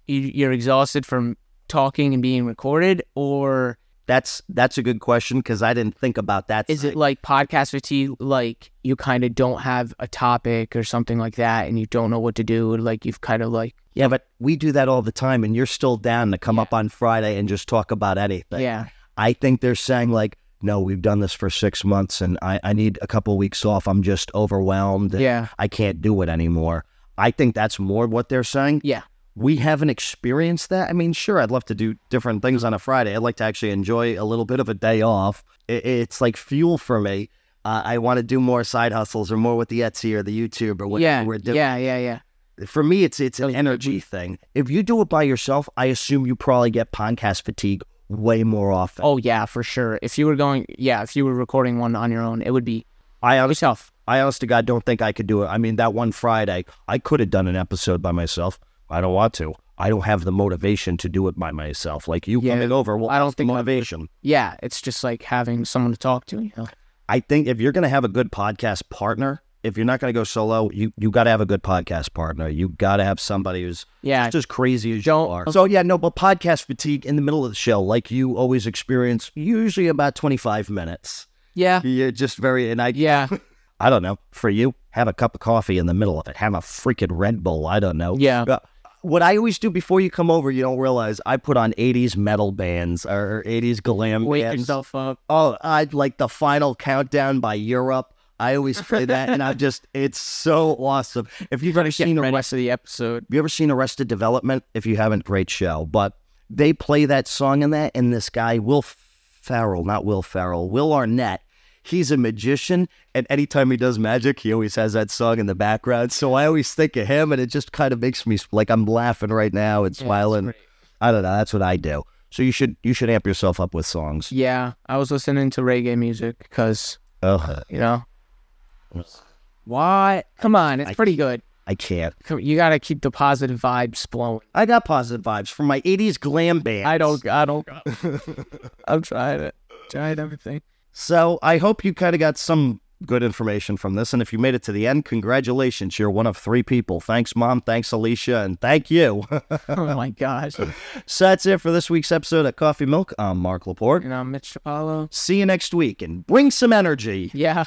Speaker 2: you, you're exhausted from talking and being recorded, or
Speaker 1: That's that's a good question because I didn't think about that.
Speaker 2: is
Speaker 1: side.
Speaker 2: it like podcast fatigue? Like you kind of don't have a topic or something like that, and you don't know what to do. Like you've kind of like
Speaker 1: Yeah, but we do that all the time, and you're still down to come up on Friday and just talk about anything.
Speaker 2: yeah,
Speaker 1: I think they're saying like, no, we've done this for six months, and I, I need a couple weeks off. I'm just overwhelmed.
Speaker 2: yeah,
Speaker 1: I can't do it anymore. I think that's more what they're saying.
Speaker 2: yeah.
Speaker 1: We haven't experienced that. I mean, sure, I'd love to do different things on a Friday. I'd like to actually enjoy a little bit of a day off. I- it's like fuel for me. Uh, I want to do more side hustles or more with the Etsy or the YouTube or what
Speaker 2: yeah,
Speaker 1: we're doing
Speaker 2: yeah, yeah, yeah.
Speaker 1: for me it's it's an energy thing if you do it by yourself i assume you probably get podcast fatigue way more often
Speaker 2: Oh yeah, for sure. If you were going, yeah, if you were recording one on your own, it would be
Speaker 1: i honest,
Speaker 2: yourself.
Speaker 1: i honest to god don't think i could do it i mean that one friday i could have done an episode by myself i don't want to i don't have the motivation to do it by myself like you
Speaker 2: Yeah.
Speaker 1: coming over well
Speaker 2: I don't
Speaker 1: that's the
Speaker 2: think I-
Speaker 1: motivation
Speaker 2: Yeah, it's just like having someone to talk to. You know?
Speaker 1: I think if you're going to have a good podcast partner, if you're not going to go solo, you you got to have a good podcast partner. You got to have somebody who's
Speaker 2: Yeah.
Speaker 1: just as crazy as
Speaker 2: Don't-
Speaker 1: you are. So yeah, no, but podcast fatigue in the middle of the show, like you always experience, usually about 25 minutes.
Speaker 2: Yeah,
Speaker 1: You're just very and I
Speaker 2: yeah,
Speaker 1: I don't know for you have a cup of coffee in the middle of it, have a freaking Red Bull. I don't know.
Speaker 2: Yeah.
Speaker 1: Uh, what I always do before you come over, you don't realize I put on 80s metal bands or 80s glam
Speaker 2: wake
Speaker 1: bands.
Speaker 2: yourself up.
Speaker 1: Oh, I'd like the final countdown by Europe. I always play that, and I'm just, it's so awesome. If you've ever
Speaker 2: Get
Speaker 1: seen
Speaker 2: ready
Speaker 1: Arrested,
Speaker 2: for the episode.
Speaker 1: have you ever seen Arrested Development? If you haven't, great show. But they play that song in that, and this guy, Will Farrell, not Will Farrell, Will Arnett, he's a magician, and anytime he does magic, he always has that song in the background. So I always think of him, and it just kind of makes me like I'm laughing right now and smiling. I don't know. That's what I do. So you should you should amp yourself up with songs.
Speaker 2: Yeah, I was listening to reggae music because
Speaker 1: Ugh.
Speaker 2: you know. What? Come on, it's pretty good.
Speaker 1: I can't.
Speaker 2: Come- You gotta keep the positive vibes flowing.
Speaker 1: I got positive vibes from my 80s glam band.
Speaker 2: I don't. I don't. I'm trying it. Trying everything.
Speaker 1: So I hope you kind of got some good information from this. And if you made it to the end, congratulations. You're one of three people. Thanks, Mom. Thanks, Alicia. And thank you.
Speaker 2: Oh my gosh.
Speaker 1: so that's it for this week's episode of Coffee Milk. I'm Mark Laporte.
Speaker 2: You know, Mitch Apollo.
Speaker 1: See you next week and bring some energy.
Speaker 2: Yeah.